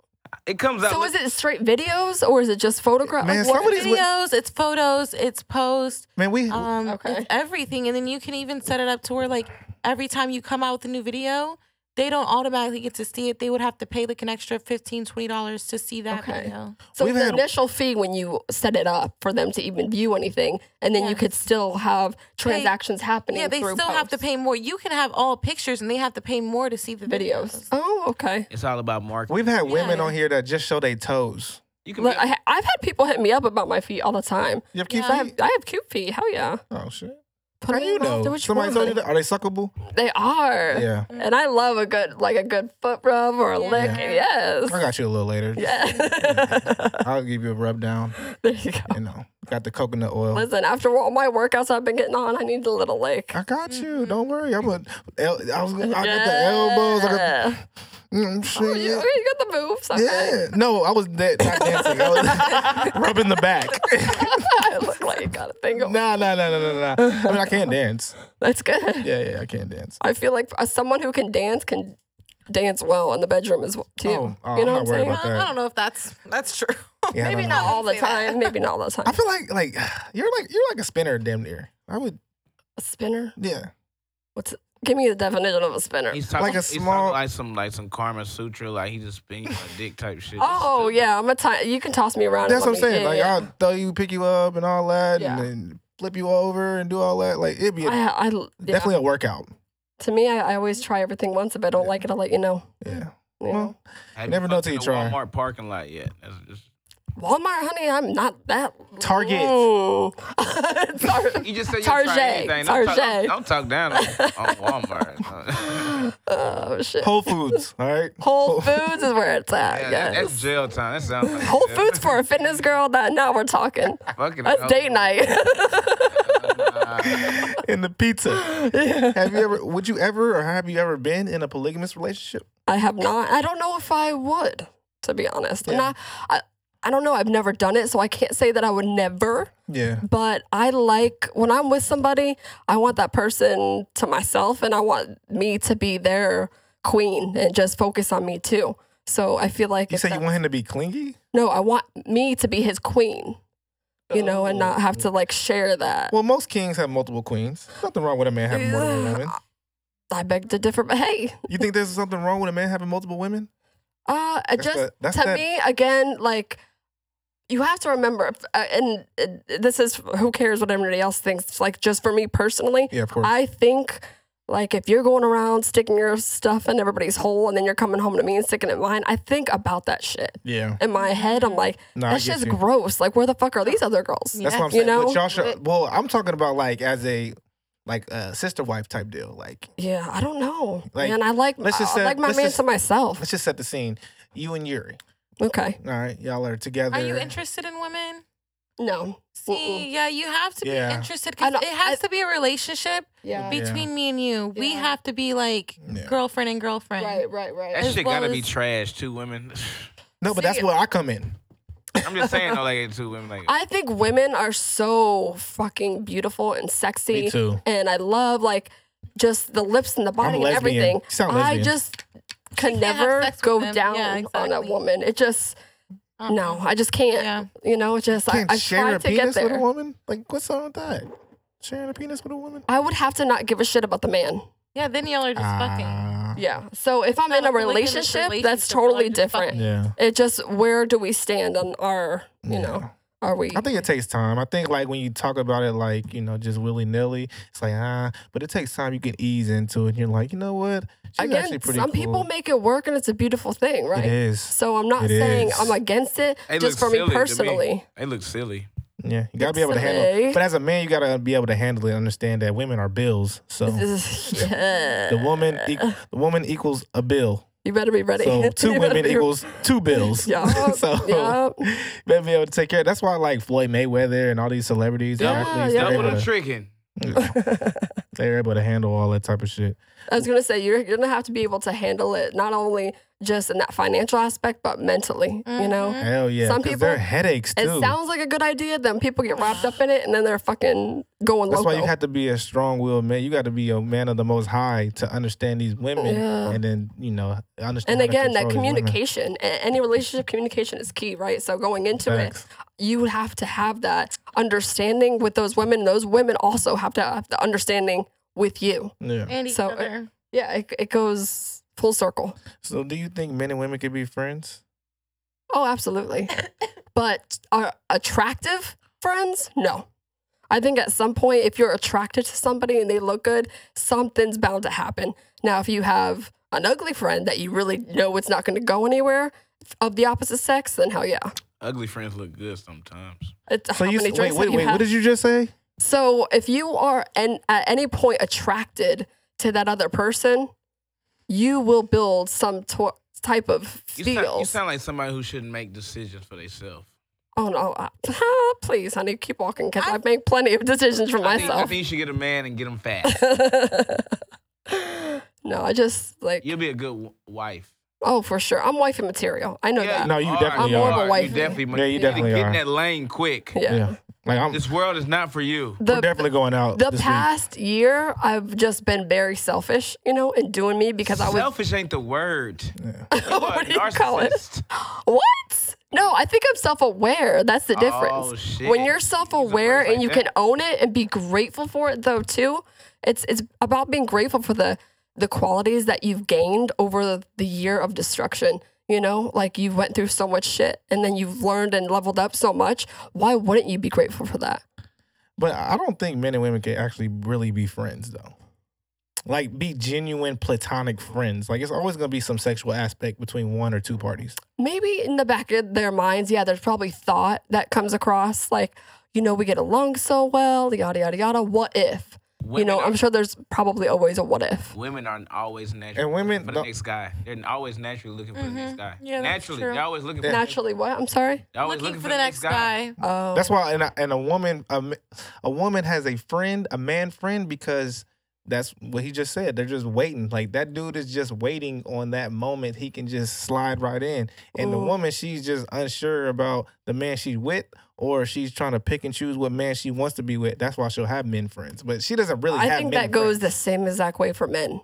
Speaker 2: it comes out.
Speaker 4: so is it straight videos or is it just photographs?
Speaker 1: Man,
Speaker 4: what?
Speaker 1: some of these would-
Speaker 3: videos, it's photos, it's posts,
Speaker 1: Man, we
Speaker 3: um,
Speaker 4: Okay.
Speaker 3: it's everything, and then you can even set it up to where like every time you come out with a new video, they don't automatically get to see it. They would have to pay like an extra 15 dollars to see that
Speaker 4: Okay.
Speaker 3: video.
Speaker 4: So
Speaker 1: We've
Speaker 4: the
Speaker 1: had-
Speaker 4: initial fee when you set it up for them to even view anything, and then
Speaker 3: Yeah.
Speaker 4: you could still have transactions happening.
Speaker 3: Yeah, they
Speaker 4: through
Speaker 3: still have to
Speaker 4: posts.
Speaker 3: pay more. You can have all pictures, and they have to pay more to see the videos.
Speaker 4: videos. Oh, okay.
Speaker 2: It's all about marketing.
Speaker 1: we've had women
Speaker 3: Yeah.
Speaker 1: on here that just show their toes.
Speaker 2: you can
Speaker 4: Look,
Speaker 2: be,
Speaker 4: I, ha- I've had people hit me up about my feet all the time.
Speaker 1: You have cute
Speaker 4: I have,
Speaker 1: feet.
Speaker 4: I have cute feet. Hell yeah.
Speaker 1: Oh shit.
Speaker 4: Put
Speaker 1: How
Speaker 4: 'em
Speaker 1: you
Speaker 4: in my mouth, do
Speaker 1: know?
Speaker 4: what you
Speaker 1: Somebody
Speaker 4: want,
Speaker 1: told you
Speaker 4: honey.
Speaker 1: that? Are they suckable?
Speaker 4: They are.
Speaker 1: Yeah.
Speaker 4: And I love a good like a good foot rub or a
Speaker 3: Yeah.
Speaker 4: lick. Yes.
Speaker 1: I got you a little later.
Speaker 4: Yeah.
Speaker 1: I'll give you a rub down.
Speaker 4: there you go.
Speaker 1: You know, got the coconut oil.
Speaker 4: Listen, after all my workouts I've been getting on, I need a little lick.
Speaker 1: I got
Speaker 4: Mm-hmm.
Speaker 1: you. Don't worry. I'm a. El, I was. gonna- I got the elbows. I got.
Speaker 4: Yeah.
Speaker 1: Mm, shit,
Speaker 4: Oh, you,
Speaker 1: yeah.
Speaker 4: you got the moves. Okay.
Speaker 1: Yeah. No, I was da- not dancing. I was rubbing the back.
Speaker 4: I look like you got a thing. going.
Speaker 1: Nah, nah, nah, nah, nah, nah. I mean, I can dance.
Speaker 4: That's good.
Speaker 1: Yeah, yeah, I can dance.
Speaker 4: I feel like as someone who can dance can dance well in the bedroom as well too.
Speaker 1: Oh, oh,
Speaker 4: you know
Speaker 1: I'm not
Speaker 4: what
Speaker 1: worried
Speaker 4: I'm saying?
Speaker 1: about
Speaker 3: I, I
Speaker 1: that.
Speaker 3: don't know if that's that's true.
Speaker 1: Yeah, I
Speaker 4: Maybe
Speaker 1: don't
Speaker 4: not
Speaker 1: know.
Speaker 4: all the
Speaker 3: Say that.
Speaker 4: time. Maybe not all the time.
Speaker 1: I feel like like you're like you're like a spinner, damn near. I would.
Speaker 4: a spinner.
Speaker 1: Yeah.
Speaker 4: What's give me the definition of a spinner?
Speaker 2: he's talking,
Speaker 1: Like a
Speaker 2: he's talking
Speaker 1: small-
Speaker 2: like some like some Karma Sutra, like he just being a dick type shit.
Speaker 4: Oh yeah, I'm a ti You can toss me around. and
Speaker 1: That's what I'm
Speaker 4: let me-
Speaker 1: saying.
Speaker 4: yeah,
Speaker 1: like
Speaker 4: yeah.
Speaker 1: I'll throw you, pick you up, and all that,
Speaker 4: Yeah.
Speaker 1: and then flip you over and do all that. Like it'd be a,
Speaker 4: I, I yeah.
Speaker 1: definitely a workout.
Speaker 4: To me, I, I always try everything once. If I don't like it, I'll let you know.
Speaker 1: Yeah.
Speaker 4: You know?
Speaker 1: Well, never know till you try.
Speaker 2: Walmart parking lot yet? That's just-
Speaker 4: Walmart, honey, I'm not that.
Speaker 1: Target.
Speaker 4: Mm.
Speaker 2: you
Speaker 4: Tar-
Speaker 2: just said you
Speaker 4: Target,
Speaker 2: try anything. Don't talk,
Speaker 4: Target.
Speaker 2: don't, don't talk down on, on Walmart.
Speaker 4: oh shit.
Speaker 1: Whole Foods. all right.
Speaker 4: Whole Foods is where it's at.
Speaker 2: Yeah, that-
Speaker 4: yes.
Speaker 2: that's jail time. That sounds like
Speaker 4: Whole
Speaker 2: jail.
Speaker 4: Foods for a fitness girl. That now we're talking.
Speaker 2: Fucking
Speaker 4: That's
Speaker 2: hell.
Speaker 4: date night.
Speaker 1: and the pizza. Have you ever? Would you ever, or have you ever been in a polygamous relationship?
Speaker 4: I have not. I don't know if I would, to be honest. And I, I, I don't know. I've never done it, so I can't say that I would never.
Speaker 1: Yeah.
Speaker 4: But I like when I'm with somebody, I want that person to myself, and I want me to be their queen and just focus on me too. So I feel like
Speaker 1: You
Speaker 4: if
Speaker 1: say you
Speaker 4: that-
Speaker 1: want him to be clingy.
Speaker 4: no, I want me to be his queen, you know, and not have to
Speaker 1: Oh.
Speaker 4: like share that.
Speaker 1: Well, most kings have multiple queens. Nothing wrong with a man having more than one woman.
Speaker 4: I beg to differ, but hey,
Speaker 1: You think there's something wrong with a man having multiple women?
Speaker 4: Uh, I
Speaker 1: That's
Speaker 4: just
Speaker 1: the- that's
Speaker 4: to
Speaker 1: that-
Speaker 4: me again, like you have to remember, if- uh, and uh, this is who cares what everybody else thinks. Like just for me personally,
Speaker 1: Yeah, of course.
Speaker 4: I think Like if you're going around sticking your stuff in everybody's hole and then you're coming home to me and sticking it in mine, I think about that shit.
Speaker 1: Yeah.
Speaker 4: In my head, I'm like,
Speaker 1: No, I
Speaker 4: that
Speaker 1: get
Speaker 4: shit's
Speaker 1: you.
Speaker 4: gross. Like where the fuck are these other girls?
Speaker 1: That's what I'm
Speaker 4: You
Speaker 1: saying.
Speaker 4: know?
Speaker 1: but y'all should, well, I'm talking about like as a like uh, sister wife type deal. Like
Speaker 4: Yeah, I don't know.
Speaker 1: Like,
Speaker 4: man, I like
Speaker 1: let's just
Speaker 4: I
Speaker 1: say-
Speaker 4: like my
Speaker 1: let's
Speaker 4: man
Speaker 1: just-
Speaker 4: to myself.
Speaker 1: let's just set the scene. You and Yuri.
Speaker 4: Okay.
Speaker 1: All right. Y'all are together.
Speaker 3: Are you interested in women?
Speaker 4: No.
Speaker 3: See, yeah, you have to
Speaker 1: Yeah.
Speaker 3: be interested
Speaker 4: I
Speaker 3: because
Speaker 4: don't-
Speaker 3: it has to be a relationship
Speaker 4: Yeah.
Speaker 1: Be-
Speaker 3: between me and you. We
Speaker 4: Yeah.
Speaker 3: have to be like
Speaker 1: Yeah.
Speaker 3: girlfriend and girlfriend.
Speaker 4: Right, right, right.
Speaker 2: That
Speaker 3: As
Speaker 2: shit
Speaker 3: well
Speaker 2: gotta be
Speaker 3: as-
Speaker 2: trash. Two women.
Speaker 1: No, but
Speaker 4: See,
Speaker 1: that's where I come in.
Speaker 2: I'm just saying, though, like two women. Like
Speaker 4: I think women are so fucking beautiful and sexy.
Speaker 1: Me too.
Speaker 4: And I love like just the lips and the body and
Speaker 1: lesbian.
Speaker 4: everything.
Speaker 1: You sound
Speaker 4: I
Speaker 1: lesbian.
Speaker 4: just can
Speaker 3: can't have
Speaker 4: never
Speaker 3: sex with
Speaker 4: go
Speaker 3: them.
Speaker 4: down
Speaker 3: Yeah,
Speaker 4: on a
Speaker 3: exactly.
Speaker 4: woman. It just
Speaker 3: Uh-uh.
Speaker 4: no, I just can't.
Speaker 3: Yeah.
Speaker 4: You know, it just
Speaker 1: Can't
Speaker 4: I, I
Speaker 1: share
Speaker 4: try
Speaker 1: a
Speaker 4: to get
Speaker 1: penis with a
Speaker 4: there.
Speaker 1: woman? Like what's wrong with that? Sharing a penis with a woman?
Speaker 4: I would have to not give a shit about the man.
Speaker 3: Yeah, then y'all are just fucking.
Speaker 1: Ah,
Speaker 4: Yeah. So if I'm
Speaker 3: not
Speaker 4: in a
Speaker 3: a polygamous
Speaker 4: relationship,
Speaker 3: relationship,
Speaker 4: that's totally
Speaker 3: like, just fucking.
Speaker 4: different.
Speaker 1: Yeah.
Speaker 4: It just where do we stand on our you
Speaker 1: Yeah.
Speaker 4: know are we?
Speaker 1: I think it takes time. I think like when you talk about it like, you know, just willy nilly, it's like, ah, but it takes time you can ease into it. And you're like, you know what? She's actually
Speaker 4: Again,
Speaker 1: pretty
Speaker 4: some people
Speaker 1: cool.
Speaker 4: make it work, and it's a beautiful thing, right?
Speaker 1: it is.
Speaker 4: So I'm not
Speaker 1: It
Speaker 4: saying
Speaker 1: is.
Speaker 4: I'm against it,
Speaker 2: They
Speaker 4: just for
Speaker 2: look
Speaker 4: me
Speaker 2: silly to me.
Speaker 4: personally.
Speaker 2: They look silly.
Speaker 1: Yeah. You gotta be
Speaker 4: It's
Speaker 1: able to handle
Speaker 4: okay.
Speaker 1: it. But as a man, you gotta be able to handle it, understand that women are bills. So the
Speaker 4: yeah.
Speaker 1: woman eq- the woman equals a bill.
Speaker 4: You better be ready.
Speaker 1: So
Speaker 4: You
Speaker 1: two
Speaker 4: better
Speaker 1: women
Speaker 4: be-
Speaker 1: equals two bills.
Speaker 4: Yeah.
Speaker 1: so
Speaker 4: yeah.
Speaker 1: better be able to take care. That's why I like Floyd Mayweather and all these celebrities, and
Speaker 4: Yeah,
Speaker 1: athletes,
Speaker 4: yeah.
Speaker 1: They're,
Speaker 2: Double
Speaker 1: able
Speaker 2: the
Speaker 1: to,
Speaker 2: tricking.
Speaker 1: they're able to handle all that type of shit.
Speaker 4: I was gonna say you're, you're gonna have to be able to handle it, not only just in that financial aspect, but mentally. Ah. You know,
Speaker 3: Mm-hmm.
Speaker 1: Hell yeah.
Speaker 4: Mm. Some
Speaker 1: 'cause
Speaker 4: people-
Speaker 1: they're headaches
Speaker 4: it
Speaker 1: too.
Speaker 4: sounds like a good idea. Then people get wrapped up in it, and then they're fucking going
Speaker 1: That's
Speaker 4: loco.
Speaker 1: why you have to be a strong-willed man. You got to be a man of the most high to understand these women,
Speaker 4: Yeah.
Speaker 1: and then you know understand.
Speaker 4: and
Speaker 1: how to
Speaker 4: again, that
Speaker 1: control these women.
Speaker 4: communication, a- any relationship communication is key, right? So going into
Speaker 1: Facts.
Speaker 4: it, you would have to have that understanding with those women. Those women also have to have the understanding with you.
Speaker 1: Yeah.
Speaker 3: And each
Speaker 4: So, uh,
Speaker 3: other.
Speaker 4: Yeah, it, it goes full circle.
Speaker 1: So, do you think men and women could be friends?
Speaker 4: Oh, absolutely. but are attractive friends? No. I think at some point, if you're attracted to somebody and they look good, something's bound to happen. Now, if you have an ugly friend that you really know it's not going to go anywhere of the opposite sex, then hell yeah.
Speaker 2: Ugly friends look good sometimes.
Speaker 4: It's
Speaker 1: So
Speaker 4: how
Speaker 1: you
Speaker 4: many
Speaker 1: s- wait,
Speaker 4: drinks
Speaker 1: wait,
Speaker 4: have you
Speaker 1: wait.
Speaker 4: had?
Speaker 1: What did you just say?
Speaker 4: So if you are an, at any point attracted to that other person, you will build some to- type of
Speaker 2: You,
Speaker 4: feels.
Speaker 2: sound, you sound like somebody who shouldn't make decisions for themselves.
Speaker 4: Oh no! I, please, honey, keep walking because
Speaker 3: I-
Speaker 4: I, make plenty of decisions for
Speaker 2: I think, I
Speaker 4: myself.
Speaker 2: think you should get a man and get him fat.
Speaker 4: no, I just like
Speaker 2: You'll be a good w- wife.
Speaker 4: oh for sure. I'm wifey material. I know that.
Speaker 1: No, you
Speaker 2: are.
Speaker 1: definitely
Speaker 4: I'm more of a
Speaker 2: You
Speaker 4: wife.
Speaker 2: definitely,
Speaker 1: Yeah, you definitely
Speaker 2: get
Speaker 1: are.
Speaker 2: in that lane quick.
Speaker 4: yeah.
Speaker 1: Like I'm
Speaker 2: This world is not for you.
Speaker 1: we're
Speaker 4: The
Speaker 1: definitely going out.
Speaker 4: the
Speaker 1: this week.
Speaker 4: past year, I've just been very selfish, you know, and doing me because I was
Speaker 2: Selfish ain't the word. You a
Speaker 4: What do you call it?
Speaker 2: narcissist.
Speaker 4: what? No, I think I'm self-aware. That's the difference.
Speaker 2: Oh, shit.
Speaker 4: When you're
Speaker 2: Use a
Speaker 4: self-aware
Speaker 2: phrase
Speaker 4: and
Speaker 2: like
Speaker 4: you
Speaker 2: that.
Speaker 4: can own it and be grateful for it, though, too, it's it's about being grateful for the the qualities that you've gained over the, the year of destruction. You know, like you went through so much shit, and then you've learned and leveled up so much. Why wouldn't you be grateful for that?
Speaker 1: But I don't think men and women can actually really be friends though. Like be genuine platonic friends. Like it's always gonna be some sexual aspect between one or two parties.
Speaker 4: maybe in the back of their minds, yeah, there's probably thought that comes across like, you know, we get along so well, yada yada yada. What if? you
Speaker 2: Women
Speaker 4: know,
Speaker 2: are-
Speaker 4: I'm sure there's probably always a what if.
Speaker 2: Women aren't always naturally
Speaker 1: And women
Speaker 2: looking for
Speaker 1: don't-
Speaker 2: the next guy. They're always naturally looking for the
Speaker 4: Mm-hmm.
Speaker 2: next guy.
Speaker 3: Yeah, that's
Speaker 2: naturally,
Speaker 3: true.
Speaker 2: they're always looking for the next-
Speaker 4: Naturally, what? I'm sorry.
Speaker 2: they're always
Speaker 3: Looking, for the next guy.
Speaker 4: Oh,
Speaker 1: That's why, and a, and a woman, a, m- a woman has a friend, a man friend, because that's what he just said. They're just waiting. Like that dude is just waiting on that moment he can just slide right in. And the
Speaker 4: Ooh.
Speaker 1: woman, she's just unsure about the man she's with, or she's trying to pick and choose what man she wants to be with. That's why she'll have men friends, but she doesn't really.
Speaker 4: I
Speaker 1: have
Speaker 4: think
Speaker 1: men
Speaker 4: that goes
Speaker 1: friends.
Speaker 4: the same exact way for men.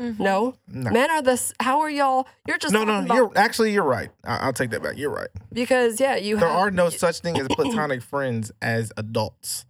Speaker 3: Mhm.
Speaker 4: No,
Speaker 1: No.
Speaker 4: men are this. How are y'all? You're just
Speaker 1: No,
Speaker 4: talking
Speaker 1: no,
Speaker 4: about-
Speaker 1: you're actually you're right. I, I'll take that back. You're right.
Speaker 4: because yeah, you
Speaker 1: There
Speaker 4: have
Speaker 1: are no such thing as platonic friends as adults.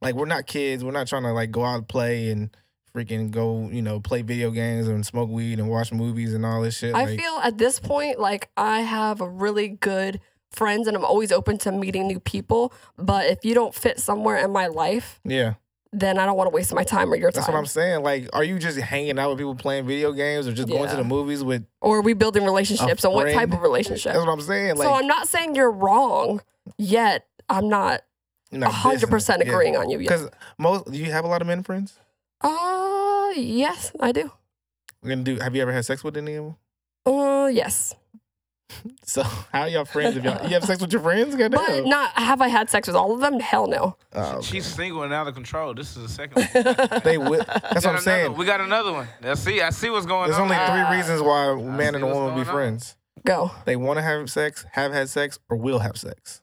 Speaker 1: Like we're not kids. We're not trying to like go out and play and freaking go, you know, play video games and smoke weed and watch movies and all this shit.
Speaker 4: I
Speaker 1: like,
Speaker 4: feel at this point like I have a really good friends and I'm always open to meeting new people. But if you don't fit somewhere in my life,
Speaker 1: yeah,
Speaker 4: then I don't want to waste my time or your
Speaker 1: That's
Speaker 4: time.
Speaker 1: what I'm saying. Like, are you just hanging out with people playing video games or just going to
Speaker 4: Yeah.
Speaker 1: the movies with?
Speaker 4: or are we building relationships? And what type
Speaker 1: friend.
Speaker 4: of relationship?
Speaker 1: That's what I'm saying. Like,
Speaker 4: so I'm not saying you're wrong, yet I'm not
Speaker 1: you're not
Speaker 4: hundred percent
Speaker 1: dissing. Yeah.
Speaker 4: agreeing on you yet.
Speaker 1: Because most, do you have a lot of men friends?
Speaker 4: Uh yes, I do.
Speaker 1: And do have you ever had sex with any of them?
Speaker 4: Uh yes.
Speaker 1: So how are y'all friends? If y'all you have sex with your friends, goddamn.
Speaker 4: But not have I had sex with all of them? Hell no.
Speaker 1: Oh,
Speaker 2: She's single and out of control. This is the second one.
Speaker 1: they will. That's what
Speaker 2: Got
Speaker 1: I'm
Speaker 2: another-
Speaker 1: saying.
Speaker 2: We got another one. Let's see. I see what's going
Speaker 1: There's
Speaker 2: on.
Speaker 1: only
Speaker 4: Ah.
Speaker 1: three reasons why a
Speaker 2: I
Speaker 1: man
Speaker 2: see
Speaker 1: and a
Speaker 2: what's
Speaker 1: woman will be
Speaker 2: going on.
Speaker 1: friends.
Speaker 4: Go.
Speaker 1: They want to have sex, have had sex, or will have sex.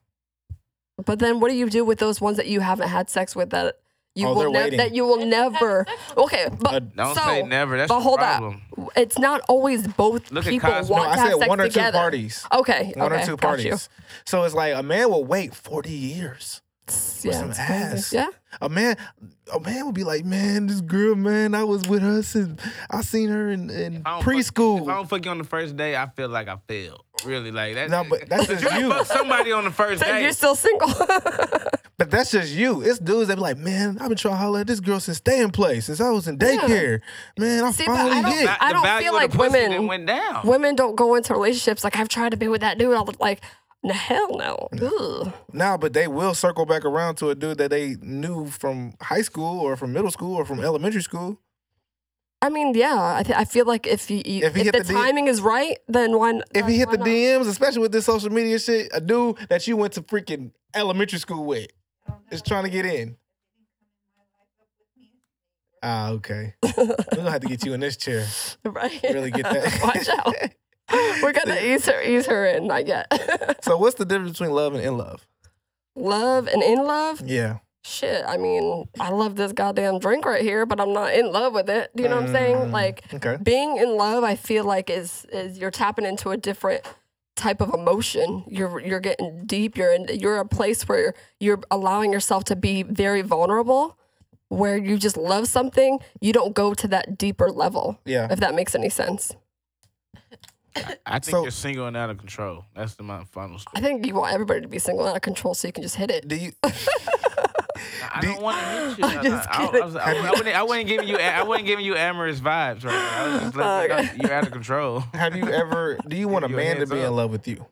Speaker 4: But then what do you do with those ones that you haven't had sex with that you
Speaker 1: Oh, they're
Speaker 4: will
Speaker 1: waiting.
Speaker 4: that you will never Okay, but
Speaker 1: Uh,
Speaker 2: Don't
Speaker 4: so,
Speaker 2: say never. That's
Speaker 4: but
Speaker 2: the
Speaker 4: hold
Speaker 2: problem.
Speaker 4: it's not always both
Speaker 2: Look at
Speaker 4: people want
Speaker 2: Cosmo.
Speaker 1: no,
Speaker 4: to
Speaker 1: I
Speaker 4: have
Speaker 1: said
Speaker 4: sex
Speaker 1: one or
Speaker 4: together.
Speaker 1: two parties.
Speaker 4: Okay.
Speaker 1: One
Speaker 4: okay,
Speaker 1: or two
Speaker 4: got you.
Speaker 1: parties. So it's like a man will wait 40 years.
Speaker 4: Yeah.
Speaker 1: some
Speaker 4: it's crazy.
Speaker 1: ass.
Speaker 4: Yeah.
Speaker 1: A man, a man will be like, man, this girl, man, I was with her since I seen her in, in
Speaker 2: If I don't Fuck, if I
Speaker 1: preschool.
Speaker 2: don't fuck you on the first day, I feel like I failed. Really, like that.
Speaker 1: No, but that's just you.
Speaker 2: fuck somebody on the first
Speaker 4: Then
Speaker 2: day.
Speaker 4: you're still single.
Speaker 1: But that's just you. It's dudes that be like, man, I've been trying to holler at this girl since stay in place, since I was in daycare. Man, I
Speaker 4: See, but I
Speaker 1: finally
Speaker 4: don't-
Speaker 1: hit.
Speaker 2: Not-
Speaker 4: I
Speaker 2: the
Speaker 4: don't
Speaker 2: value
Speaker 4: feel
Speaker 2: of
Speaker 4: like
Speaker 2: the pussy
Speaker 4: women-
Speaker 2: that went down.
Speaker 4: Women don't go into relationships like I've tried to be with that dude. I was like, "Nah, hell no. Ugh.
Speaker 1: Now, but they will circle back around to a dude that they knew from high school or from middle school or from elementary school.
Speaker 4: I mean, yeah, I, th- I feel like if you, you
Speaker 1: If
Speaker 4: if,
Speaker 1: he hit
Speaker 4: the,
Speaker 1: the D-
Speaker 4: timing is right, then one
Speaker 1: If he hit the DMs, especially with this social media shit, a dude that you went to freaking elementary school with is trying to get in. Ah, okay. We're gonna have to get you in this chair.
Speaker 4: right,
Speaker 1: Really get that.
Speaker 4: Watch out. We're gonna ease her, ease her in, not yet.
Speaker 1: so what's the difference between love and in love?
Speaker 4: love and in love.
Speaker 1: Yeah.
Speaker 4: Shit, I mean, I love this goddamn drink right here, but I'm not in love with it. Do you know what I'm saying?
Speaker 1: Mm,
Speaker 4: Like
Speaker 1: Okay.
Speaker 4: being in love, I feel like is is you're tapping into a different type of emotion. You're you're getting deep. You're in you're a place where you're allowing yourself to be very vulnerable. Where you just love something, you don't go to that deeper level.
Speaker 1: Yeah.
Speaker 4: If that makes any sense.
Speaker 2: I think
Speaker 1: So-
Speaker 2: you're single and out of control. That's the my final
Speaker 4: I
Speaker 2: story.
Speaker 4: think you want everybody to be single and out of control so you can just hit it.
Speaker 1: Do you
Speaker 2: I
Speaker 1: do
Speaker 2: don't
Speaker 1: you-
Speaker 2: want to hit you.
Speaker 4: I'm
Speaker 2: I-
Speaker 4: just
Speaker 2: I, I,
Speaker 4: kidding.
Speaker 2: was- I, I wouldn't. I wouldn't give you. I wouldn't give you amorous vibes right now. I was just letting you know
Speaker 4: Okay.
Speaker 2: you're out of control.
Speaker 1: have you ever do you want a
Speaker 2: Your
Speaker 1: man to
Speaker 2: hands
Speaker 1: be in
Speaker 2: up.
Speaker 1: love with you?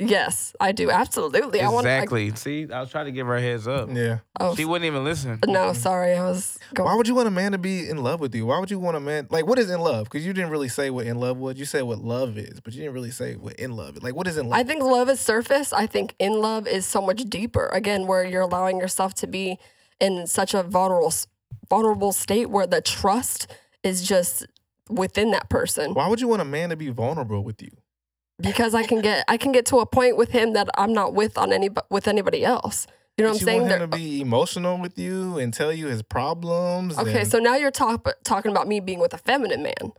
Speaker 4: Yes, I do. Absolutely. I want
Speaker 2: exactly. See, I was trying to give her a heads up.
Speaker 1: Yeah.
Speaker 4: Oh,
Speaker 2: She wouldn't even listen.
Speaker 4: no, sorry. I was
Speaker 1: Why
Speaker 4: going.
Speaker 1: would you want a man to be in love with you? Why would you want a man like what is in love? Because you didn't really say what in love was. You said what love is, but you didn't really say what in love is. Like what is in love?
Speaker 4: I think love is surface. I think in love is so much deeper. Again, where you're allowing yourself to be in such a vulnerable, vulnerable state where the trust is just within that person.
Speaker 1: Why would you want a man to be vulnerable with you?
Speaker 4: Because I can get, I can get to a point with him that I'm not with on any with anybody else. You
Speaker 1: But
Speaker 4: know what I'm
Speaker 1: you
Speaker 4: saying? uh,
Speaker 1: want
Speaker 4: There-
Speaker 1: him to be emotional with you and tell you his problems.
Speaker 4: Okay,
Speaker 1: and-
Speaker 4: so now you're talk- talking about me being with a feminine man.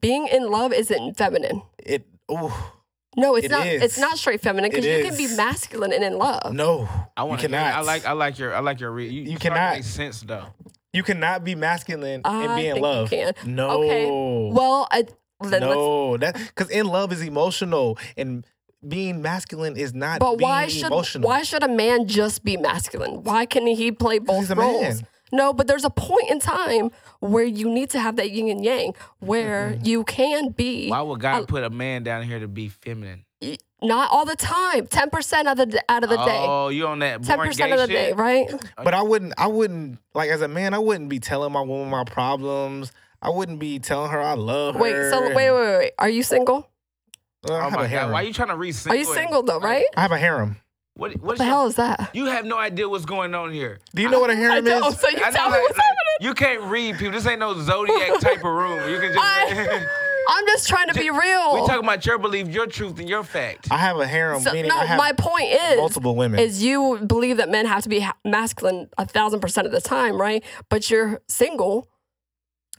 Speaker 4: Being in love isn't feminine.
Speaker 1: it. Oh
Speaker 4: No, it's
Speaker 1: It
Speaker 4: not.
Speaker 1: is.
Speaker 4: It's not straight feminine because you
Speaker 1: It
Speaker 4: can be
Speaker 1: is.
Speaker 4: masculine and in love.
Speaker 1: no,
Speaker 2: I
Speaker 1: you
Speaker 2: want.
Speaker 1: cannot.
Speaker 2: I like. I like your. I like your. Re- you
Speaker 1: You
Speaker 2: you cannot.
Speaker 1: cannot.
Speaker 2: Make sense though.
Speaker 1: you cannot be masculine and
Speaker 4: I
Speaker 1: be in
Speaker 4: think you
Speaker 1: love.
Speaker 4: can.
Speaker 1: No.
Speaker 4: Okay, Well, I, then let's,
Speaker 1: no, that because in love is emotional and being masculine is not.
Speaker 4: but
Speaker 1: being
Speaker 4: why should
Speaker 1: emotional.
Speaker 4: why should a man just be masculine? Why can he play both
Speaker 1: he's a
Speaker 4: roles?
Speaker 1: man.
Speaker 4: No, but there's a point in time where you need to have that yin and yang, where you can be
Speaker 2: Why would God put a man down here to be feminine?
Speaker 4: not all the time, ten percent of the out of the day,
Speaker 2: Oh, you on that
Speaker 4: ten
Speaker 2: boring
Speaker 4: percent
Speaker 2: gay
Speaker 4: of the
Speaker 2: shit?
Speaker 4: day, right?
Speaker 1: But I wouldn't. I wouldn't like as a man. I wouldn't be telling my woman my problems. I wouldn't be telling her I love her.
Speaker 4: Wait, so wait, wait, wait, wait. Are you single?
Speaker 1: Uh, I
Speaker 2: Oh
Speaker 1: have a
Speaker 2: my God!
Speaker 1: harem.
Speaker 2: Why are you trying to re-single?
Speaker 4: Are you single though? Right?
Speaker 1: I have a harem.
Speaker 2: What?
Speaker 4: What
Speaker 2: What's
Speaker 4: the
Speaker 2: your-
Speaker 4: hell is that?
Speaker 2: You have no idea what's going on here.
Speaker 1: Do you know what a
Speaker 4: I
Speaker 1: harem
Speaker 4: don't.
Speaker 1: is?
Speaker 4: So you
Speaker 2: I know,
Speaker 4: tell me
Speaker 2: like-
Speaker 4: what's
Speaker 2: like,
Speaker 4: happening.
Speaker 2: You can't read people. This ain't no zodiac type of room. You can just.
Speaker 4: I, I'm just trying to be real.
Speaker 2: we talking about your belief, your truth, and your fact.
Speaker 1: I have a harem.
Speaker 4: So-
Speaker 1: meaning
Speaker 4: no,
Speaker 1: I have
Speaker 4: my point is
Speaker 1: multiple women.
Speaker 4: Is you believe that men have to be ha- masculine a thousand percent of the time, right? But you're single.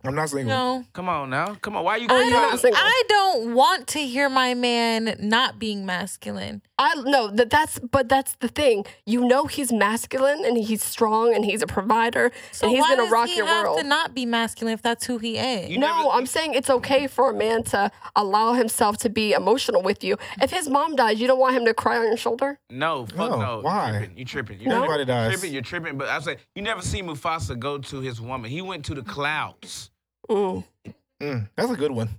Speaker 1: I'm not single.
Speaker 3: No.
Speaker 2: Come on now. Come on. Why are you
Speaker 4: Oh,
Speaker 2: going
Speaker 4: you're not
Speaker 2: to
Speaker 4: single.
Speaker 3: I don't want to hear my man not being masculine.
Speaker 4: I no that that's but that's the thing. You know he's masculine and he's strong and he's a provider
Speaker 3: So
Speaker 4: and he's
Speaker 3: why
Speaker 4: gonna
Speaker 3: does
Speaker 4: rock
Speaker 3: he
Speaker 4: your
Speaker 3: have
Speaker 4: world.
Speaker 3: to not be masculine if that's who he is?
Speaker 2: You
Speaker 4: no,
Speaker 2: never-
Speaker 4: I'm saying it's okay for a man to allow himself to be emotional with you. If his mom dies, you don't want him to cry on your shoulder.
Speaker 2: No, fuck
Speaker 1: No,
Speaker 2: no.
Speaker 1: why?
Speaker 2: You tripping. You tripping. You
Speaker 1: No.
Speaker 2: tripping.
Speaker 1: Everybody dies.
Speaker 2: Tripping, you're tripping. But I say, you never see Mufasa go to his woman. He went to the clouds.
Speaker 4: Mm.
Speaker 1: Mm, that's a good one.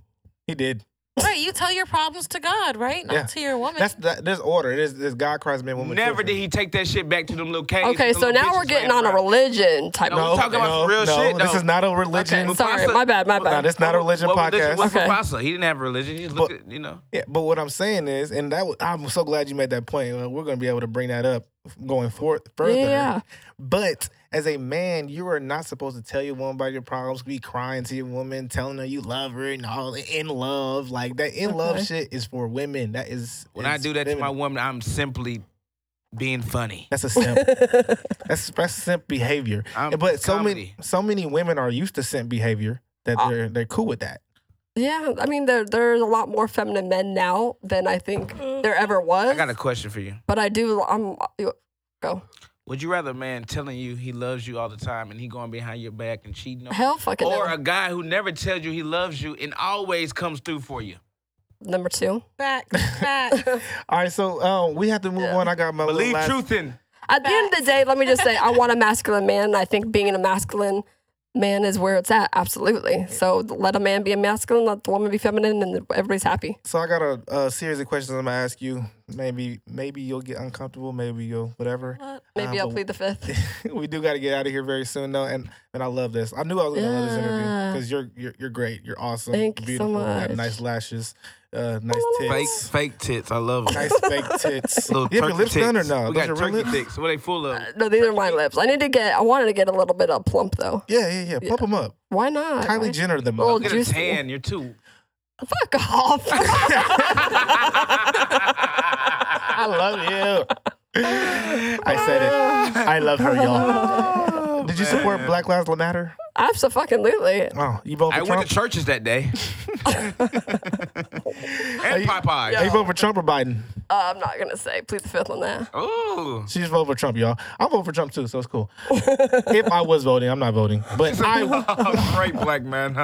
Speaker 1: He did.
Speaker 3: Right, you tell your problems to God, right? Not
Speaker 1: Yeah.
Speaker 3: to your woman.
Speaker 1: That's that, there's order. There's, there's God, Christ, man, woman.
Speaker 2: Never
Speaker 1: children.
Speaker 2: did he take that shit back to them little caves.
Speaker 4: Okay,
Speaker 2: them
Speaker 4: so
Speaker 2: little
Speaker 4: now we're
Speaker 2: bitches
Speaker 4: getting
Speaker 2: laying
Speaker 4: on a
Speaker 2: around.
Speaker 4: religion type.
Speaker 2: No,
Speaker 4: of
Speaker 2: we talking about some real
Speaker 1: no,
Speaker 2: shit,
Speaker 1: This
Speaker 2: though.
Speaker 1: is not a religion.
Speaker 4: Okay, sorry, my bad, my
Speaker 1: No,
Speaker 4: bad.
Speaker 1: this is not a religion
Speaker 2: What
Speaker 1: podcast.
Speaker 2: religion was
Speaker 4: Okay.
Speaker 2: Mufasa? He didn't have a religion. He just looked at, you know.
Speaker 1: Yeah, but what I'm saying is, and that was, I'm so glad you made that point. Uh, We're going to be able to bring that up going forth further.
Speaker 4: Yeah.
Speaker 1: But as a man, you are not supposed to tell your woman about your problems, be crying to your woman, telling her you love her and all in love. Like that in love
Speaker 4: Okay.
Speaker 1: shit is for women. That is
Speaker 2: When I
Speaker 1: is
Speaker 2: do that to
Speaker 1: feminine.
Speaker 2: my woman, I'm simply being funny.
Speaker 1: That's a simp. that's that's simp behavior.
Speaker 2: I'm
Speaker 1: but so
Speaker 2: comedy.
Speaker 1: many so many women are used to simp behavior that
Speaker 4: Uh,
Speaker 1: they're they're cool with that.
Speaker 4: Yeah, I mean there there's a lot more feminine men now than I think
Speaker 1: Mm.
Speaker 4: there ever was.
Speaker 2: I got a question for you.
Speaker 4: but I do. I'm go
Speaker 2: Would you rather a man telling you he loves you all the time and he going behind your back and cheating on you?
Speaker 4: hell fucking
Speaker 2: Or
Speaker 4: no.
Speaker 2: a guy who never tells you he loves you and always comes through for you.
Speaker 4: number two.
Speaker 3: back, back.
Speaker 1: All right, so um, we have to move on. I got my little
Speaker 2: Believe
Speaker 1: last-
Speaker 2: truth in.
Speaker 4: At the end of the day, let me just say I want a masculine man. and I think being a masculine man is where it's at. Absolutely. So let a man be a masculine, let the woman be feminine, and everybody's happy.
Speaker 1: So I got a, a series of questions I'm gonna ask you. Maybe maybe you'll get uncomfortable. Maybe you'll whatever.
Speaker 3: What?
Speaker 4: Maybe
Speaker 1: Uh,
Speaker 2: Ah,
Speaker 4: I'll
Speaker 1: but-
Speaker 4: plead the fifth.
Speaker 1: we do got to get out of here very soon though, and and I love this. I knew I was gonna love this interview
Speaker 4: Yeah.
Speaker 1: because you're, you're you're great. You're awesome.
Speaker 4: Thank you so
Speaker 1: beautiful. Got
Speaker 4: much. Oh,
Speaker 1: nice lashes. Uh, nice
Speaker 2: Fake,
Speaker 1: tits.
Speaker 2: fake tits. I love them.
Speaker 1: nice fake tits.
Speaker 2: Little
Speaker 1: you have your
Speaker 2: turkey
Speaker 1: lips
Speaker 2: tits.
Speaker 1: done or no?
Speaker 2: We
Speaker 1: Those
Speaker 2: got
Speaker 1: are real
Speaker 2: turkey
Speaker 1: lips?
Speaker 2: dicks. What they full of?
Speaker 4: No, these are my lips. I need to get. I wanted to get a little bit of plump though.
Speaker 1: Yeah, yeah, yeah. Pump them up.
Speaker 4: Why not?
Speaker 1: Kylie Jenner them
Speaker 4: Well,
Speaker 1: up.
Speaker 2: Get
Speaker 4: Juicy.
Speaker 2: a tan. You're too.
Speaker 4: Fuck off.
Speaker 1: I love you. I said it. I love her, y'all.
Speaker 4: Oh,
Speaker 1: Did you support Black Lives Matter?
Speaker 4: Absolutely. Uh,
Speaker 1: Oh, you vote for
Speaker 2: I
Speaker 1: Trump?
Speaker 2: went to churches that day. and Popeyes.
Speaker 1: Are you voting for Trump or Biden?
Speaker 4: Uh, I'm not gonna say plead the fifth on that.
Speaker 2: Ooh.
Speaker 1: She just voted for Trump, y'all. I'm voting for Trump too, so it's cool. if I was voting, I'm not voting, but I,
Speaker 2: Great black man.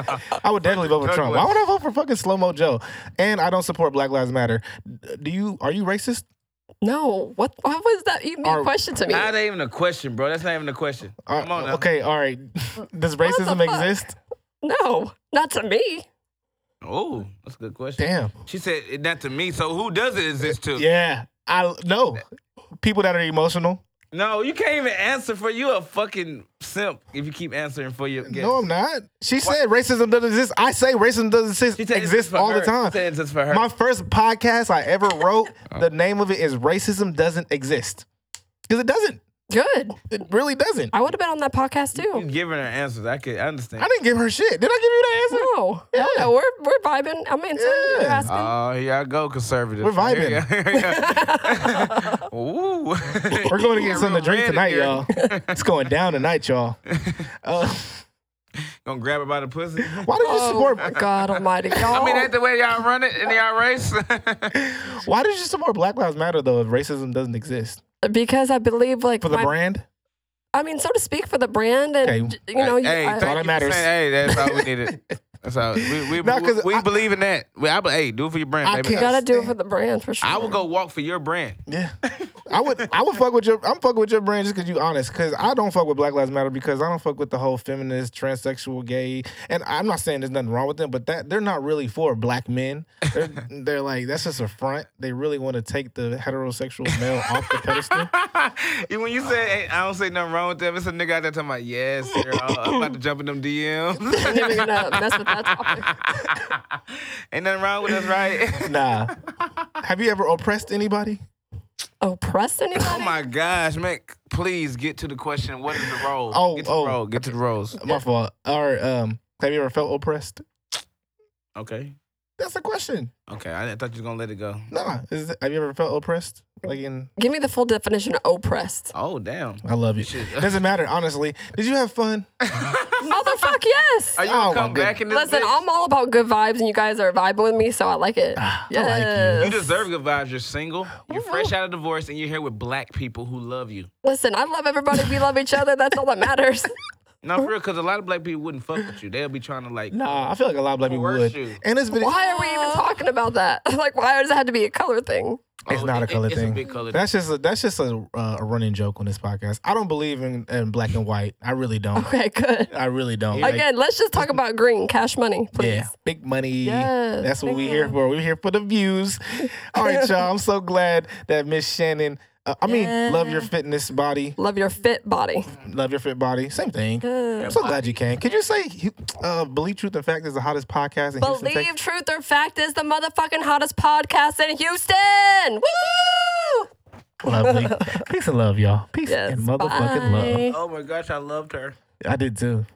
Speaker 1: I would definitely vote for
Speaker 2: Douglas.
Speaker 1: Trump. Why would I vote for fucking Slow Mo Joe? And I don't support Black Lives Matter. Do you? Are you racist?
Speaker 4: No. What? Why was that even a
Speaker 1: Are-
Speaker 4: question to me?
Speaker 2: That ain't even a question, bro. That's not even a question.
Speaker 1: Are-
Speaker 2: Come on now.
Speaker 1: Uh, okay, all right. Does racism
Speaker 4: fuck?
Speaker 1: exist?
Speaker 4: No, not to me.
Speaker 2: Oh, that's a good question.
Speaker 1: Damn.
Speaker 2: She said "It not to me. So who does it exist to?
Speaker 1: Yeah. I no. People that are emotional.
Speaker 2: No, you can't even answer for you a fucking simp if you keep answering for your guest.
Speaker 1: No, I'm not. She said racism doesn't exist. I say racism doesn't exist,
Speaker 2: She said it's
Speaker 1: exist
Speaker 2: for
Speaker 1: all
Speaker 2: her.
Speaker 1: the time.
Speaker 2: She said it's just for her. Uh.
Speaker 1: My first podcast I ever wrote, the name of it is Racism Doesn't Exist. Because it doesn't.
Speaker 4: Good.
Speaker 1: It really doesn't.
Speaker 4: I would have been on that podcast
Speaker 2: you
Speaker 4: too.
Speaker 2: giving her answers. I can I understand.
Speaker 1: I didn't give her shit. Did I give you
Speaker 4: No, no, no, we're we're vibing. I'm answering. You're
Speaker 1: Yeah.
Speaker 4: asking.
Speaker 2: Oh, here I go, conservative.
Speaker 1: We're vibing.
Speaker 2: Ooh.
Speaker 1: that answer? We're going to get
Speaker 2: Yeah,
Speaker 1: something to
Speaker 2: real
Speaker 1: drink
Speaker 2: red in
Speaker 1: tonight,
Speaker 2: here.
Speaker 1: y'all. It's going down tonight, y'all. Uh,
Speaker 2: Gonna grab her by the pussy.
Speaker 1: why did you support?
Speaker 4: Oh, God Almighty, y'all.
Speaker 2: I mean, that's the way y'all run it in y'all race.
Speaker 1: Why did you support Black Lives Matter though? If racism doesn't exist
Speaker 4: because I believe, like,
Speaker 1: for the
Speaker 4: my-
Speaker 1: brand,
Speaker 4: I mean, so to speak, for the brand, and
Speaker 1: Okay.
Speaker 4: j- you know, you-
Speaker 2: hey,
Speaker 4: I-
Speaker 2: thank
Speaker 1: all
Speaker 2: you
Speaker 1: that
Speaker 2: for
Speaker 1: matters.
Speaker 2: saying- hey, that's all we needed. That's all. We, we,
Speaker 1: No, 'cause
Speaker 2: we,
Speaker 1: I-
Speaker 2: believe in that. We, I, be- hey, do it for your brand,
Speaker 1: I
Speaker 2: baby.
Speaker 1: can't-
Speaker 4: you gotta do it for the brand for sure.
Speaker 2: I will go walk for your brand.
Speaker 1: yeah, I would. I would fuck with your. I'm fucking with your brand just because you honest. Because I don't fuck with Black Lives Matter because I don't fuck with the whole feminist, transsexual, gay. And I'm not saying there's nothing wrong with them, but that they're not really for black men. They're, they're like that's just a front. They really want to take the heterosexual male off the pedestal.
Speaker 2: You- when you say hey, I don't say nothing wrong with them, it's a nigga out there talking about yes, girl, I'm about to jump in them DMs.
Speaker 4: I'm not even gonna mess with that topic.
Speaker 2: Ain't nothing wrong with us, right?
Speaker 1: Nah. Have you ever oppressed anybody?
Speaker 4: Oppress anybody?
Speaker 2: Oh my gosh, man! Please get to the question. What is the role?
Speaker 1: Oh,
Speaker 2: get to
Speaker 1: oh.
Speaker 2: the role. Get to the roles.
Speaker 1: My fault. Or um, have you ever felt oppressed?
Speaker 2: Okay.
Speaker 1: That's the question.
Speaker 2: Okay, I, I thought you were gonna let it go.
Speaker 1: Nah, is it, have you ever felt oppressed? Like in,
Speaker 4: Give me the full definition of oppressed.
Speaker 2: Oh damn.
Speaker 1: I love you.
Speaker 2: Shit.
Speaker 1: Doesn't matter, honestly. Did you have fun?
Speaker 4: Motherfuck, Oh, yes.
Speaker 2: Are you
Speaker 1: Oh,
Speaker 2: gonna
Speaker 1: my
Speaker 2: come back in this?
Speaker 4: Listen,
Speaker 2: bitch?
Speaker 4: I'm all about good vibes, and you guys are vibing with me, so I like it.
Speaker 1: Ah, I
Speaker 4: Yes.
Speaker 2: you deserve good vibes. You're single. You're fresh out of divorce, and you're here with black people who love you.
Speaker 4: Listen, I love everybody. We love each other. That's all that matters.
Speaker 2: No, for real, because a lot of black people wouldn't fuck with you. They'll be trying to like.
Speaker 1: Nah, I feel like a lot of black people would.
Speaker 2: Coerce you.
Speaker 1: And it's been
Speaker 4: Why are we even talking about that? Like, why does it have to be a color thing?
Speaker 1: it's
Speaker 2: oh,
Speaker 1: not a
Speaker 2: it-
Speaker 1: color
Speaker 2: it's
Speaker 1: thing.
Speaker 2: a big color.
Speaker 1: That's just a, that's just a, uh, a running joke on this podcast. I don't believe in, in black and white. I really don't.
Speaker 4: Okay, good.
Speaker 1: I really don't. Like,
Speaker 4: Again, let's just talk about green cash money, please.
Speaker 1: Yeah, big money.
Speaker 4: Yes,
Speaker 1: That's what
Speaker 4: big
Speaker 1: we're here
Speaker 4: money.
Speaker 1: for. We're here for the views. All right, y'all. I'm so glad that Miss Shannon. Uh, I mean, love your fitness body.
Speaker 4: Love your fit body.
Speaker 1: Love your fit body. Same thing. I'm so glad you can. Could you say uh, "Believe Truth and Fact" is the hottest podcast in Houston?
Speaker 4: Believe
Speaker 1: Texas?
Speaker 4: Truth or Fact is the motherfucking hottest podcast in Houston. Woo!
Speaker 1: Lovely. Peace and love, y'all. Peace
Speaker 4: Yes,
Speaker 1: and motherfucking love.
Speaker 4: bye.
Speaker 2: Oh my gosh, I loved her.
Speaker 1: I did too.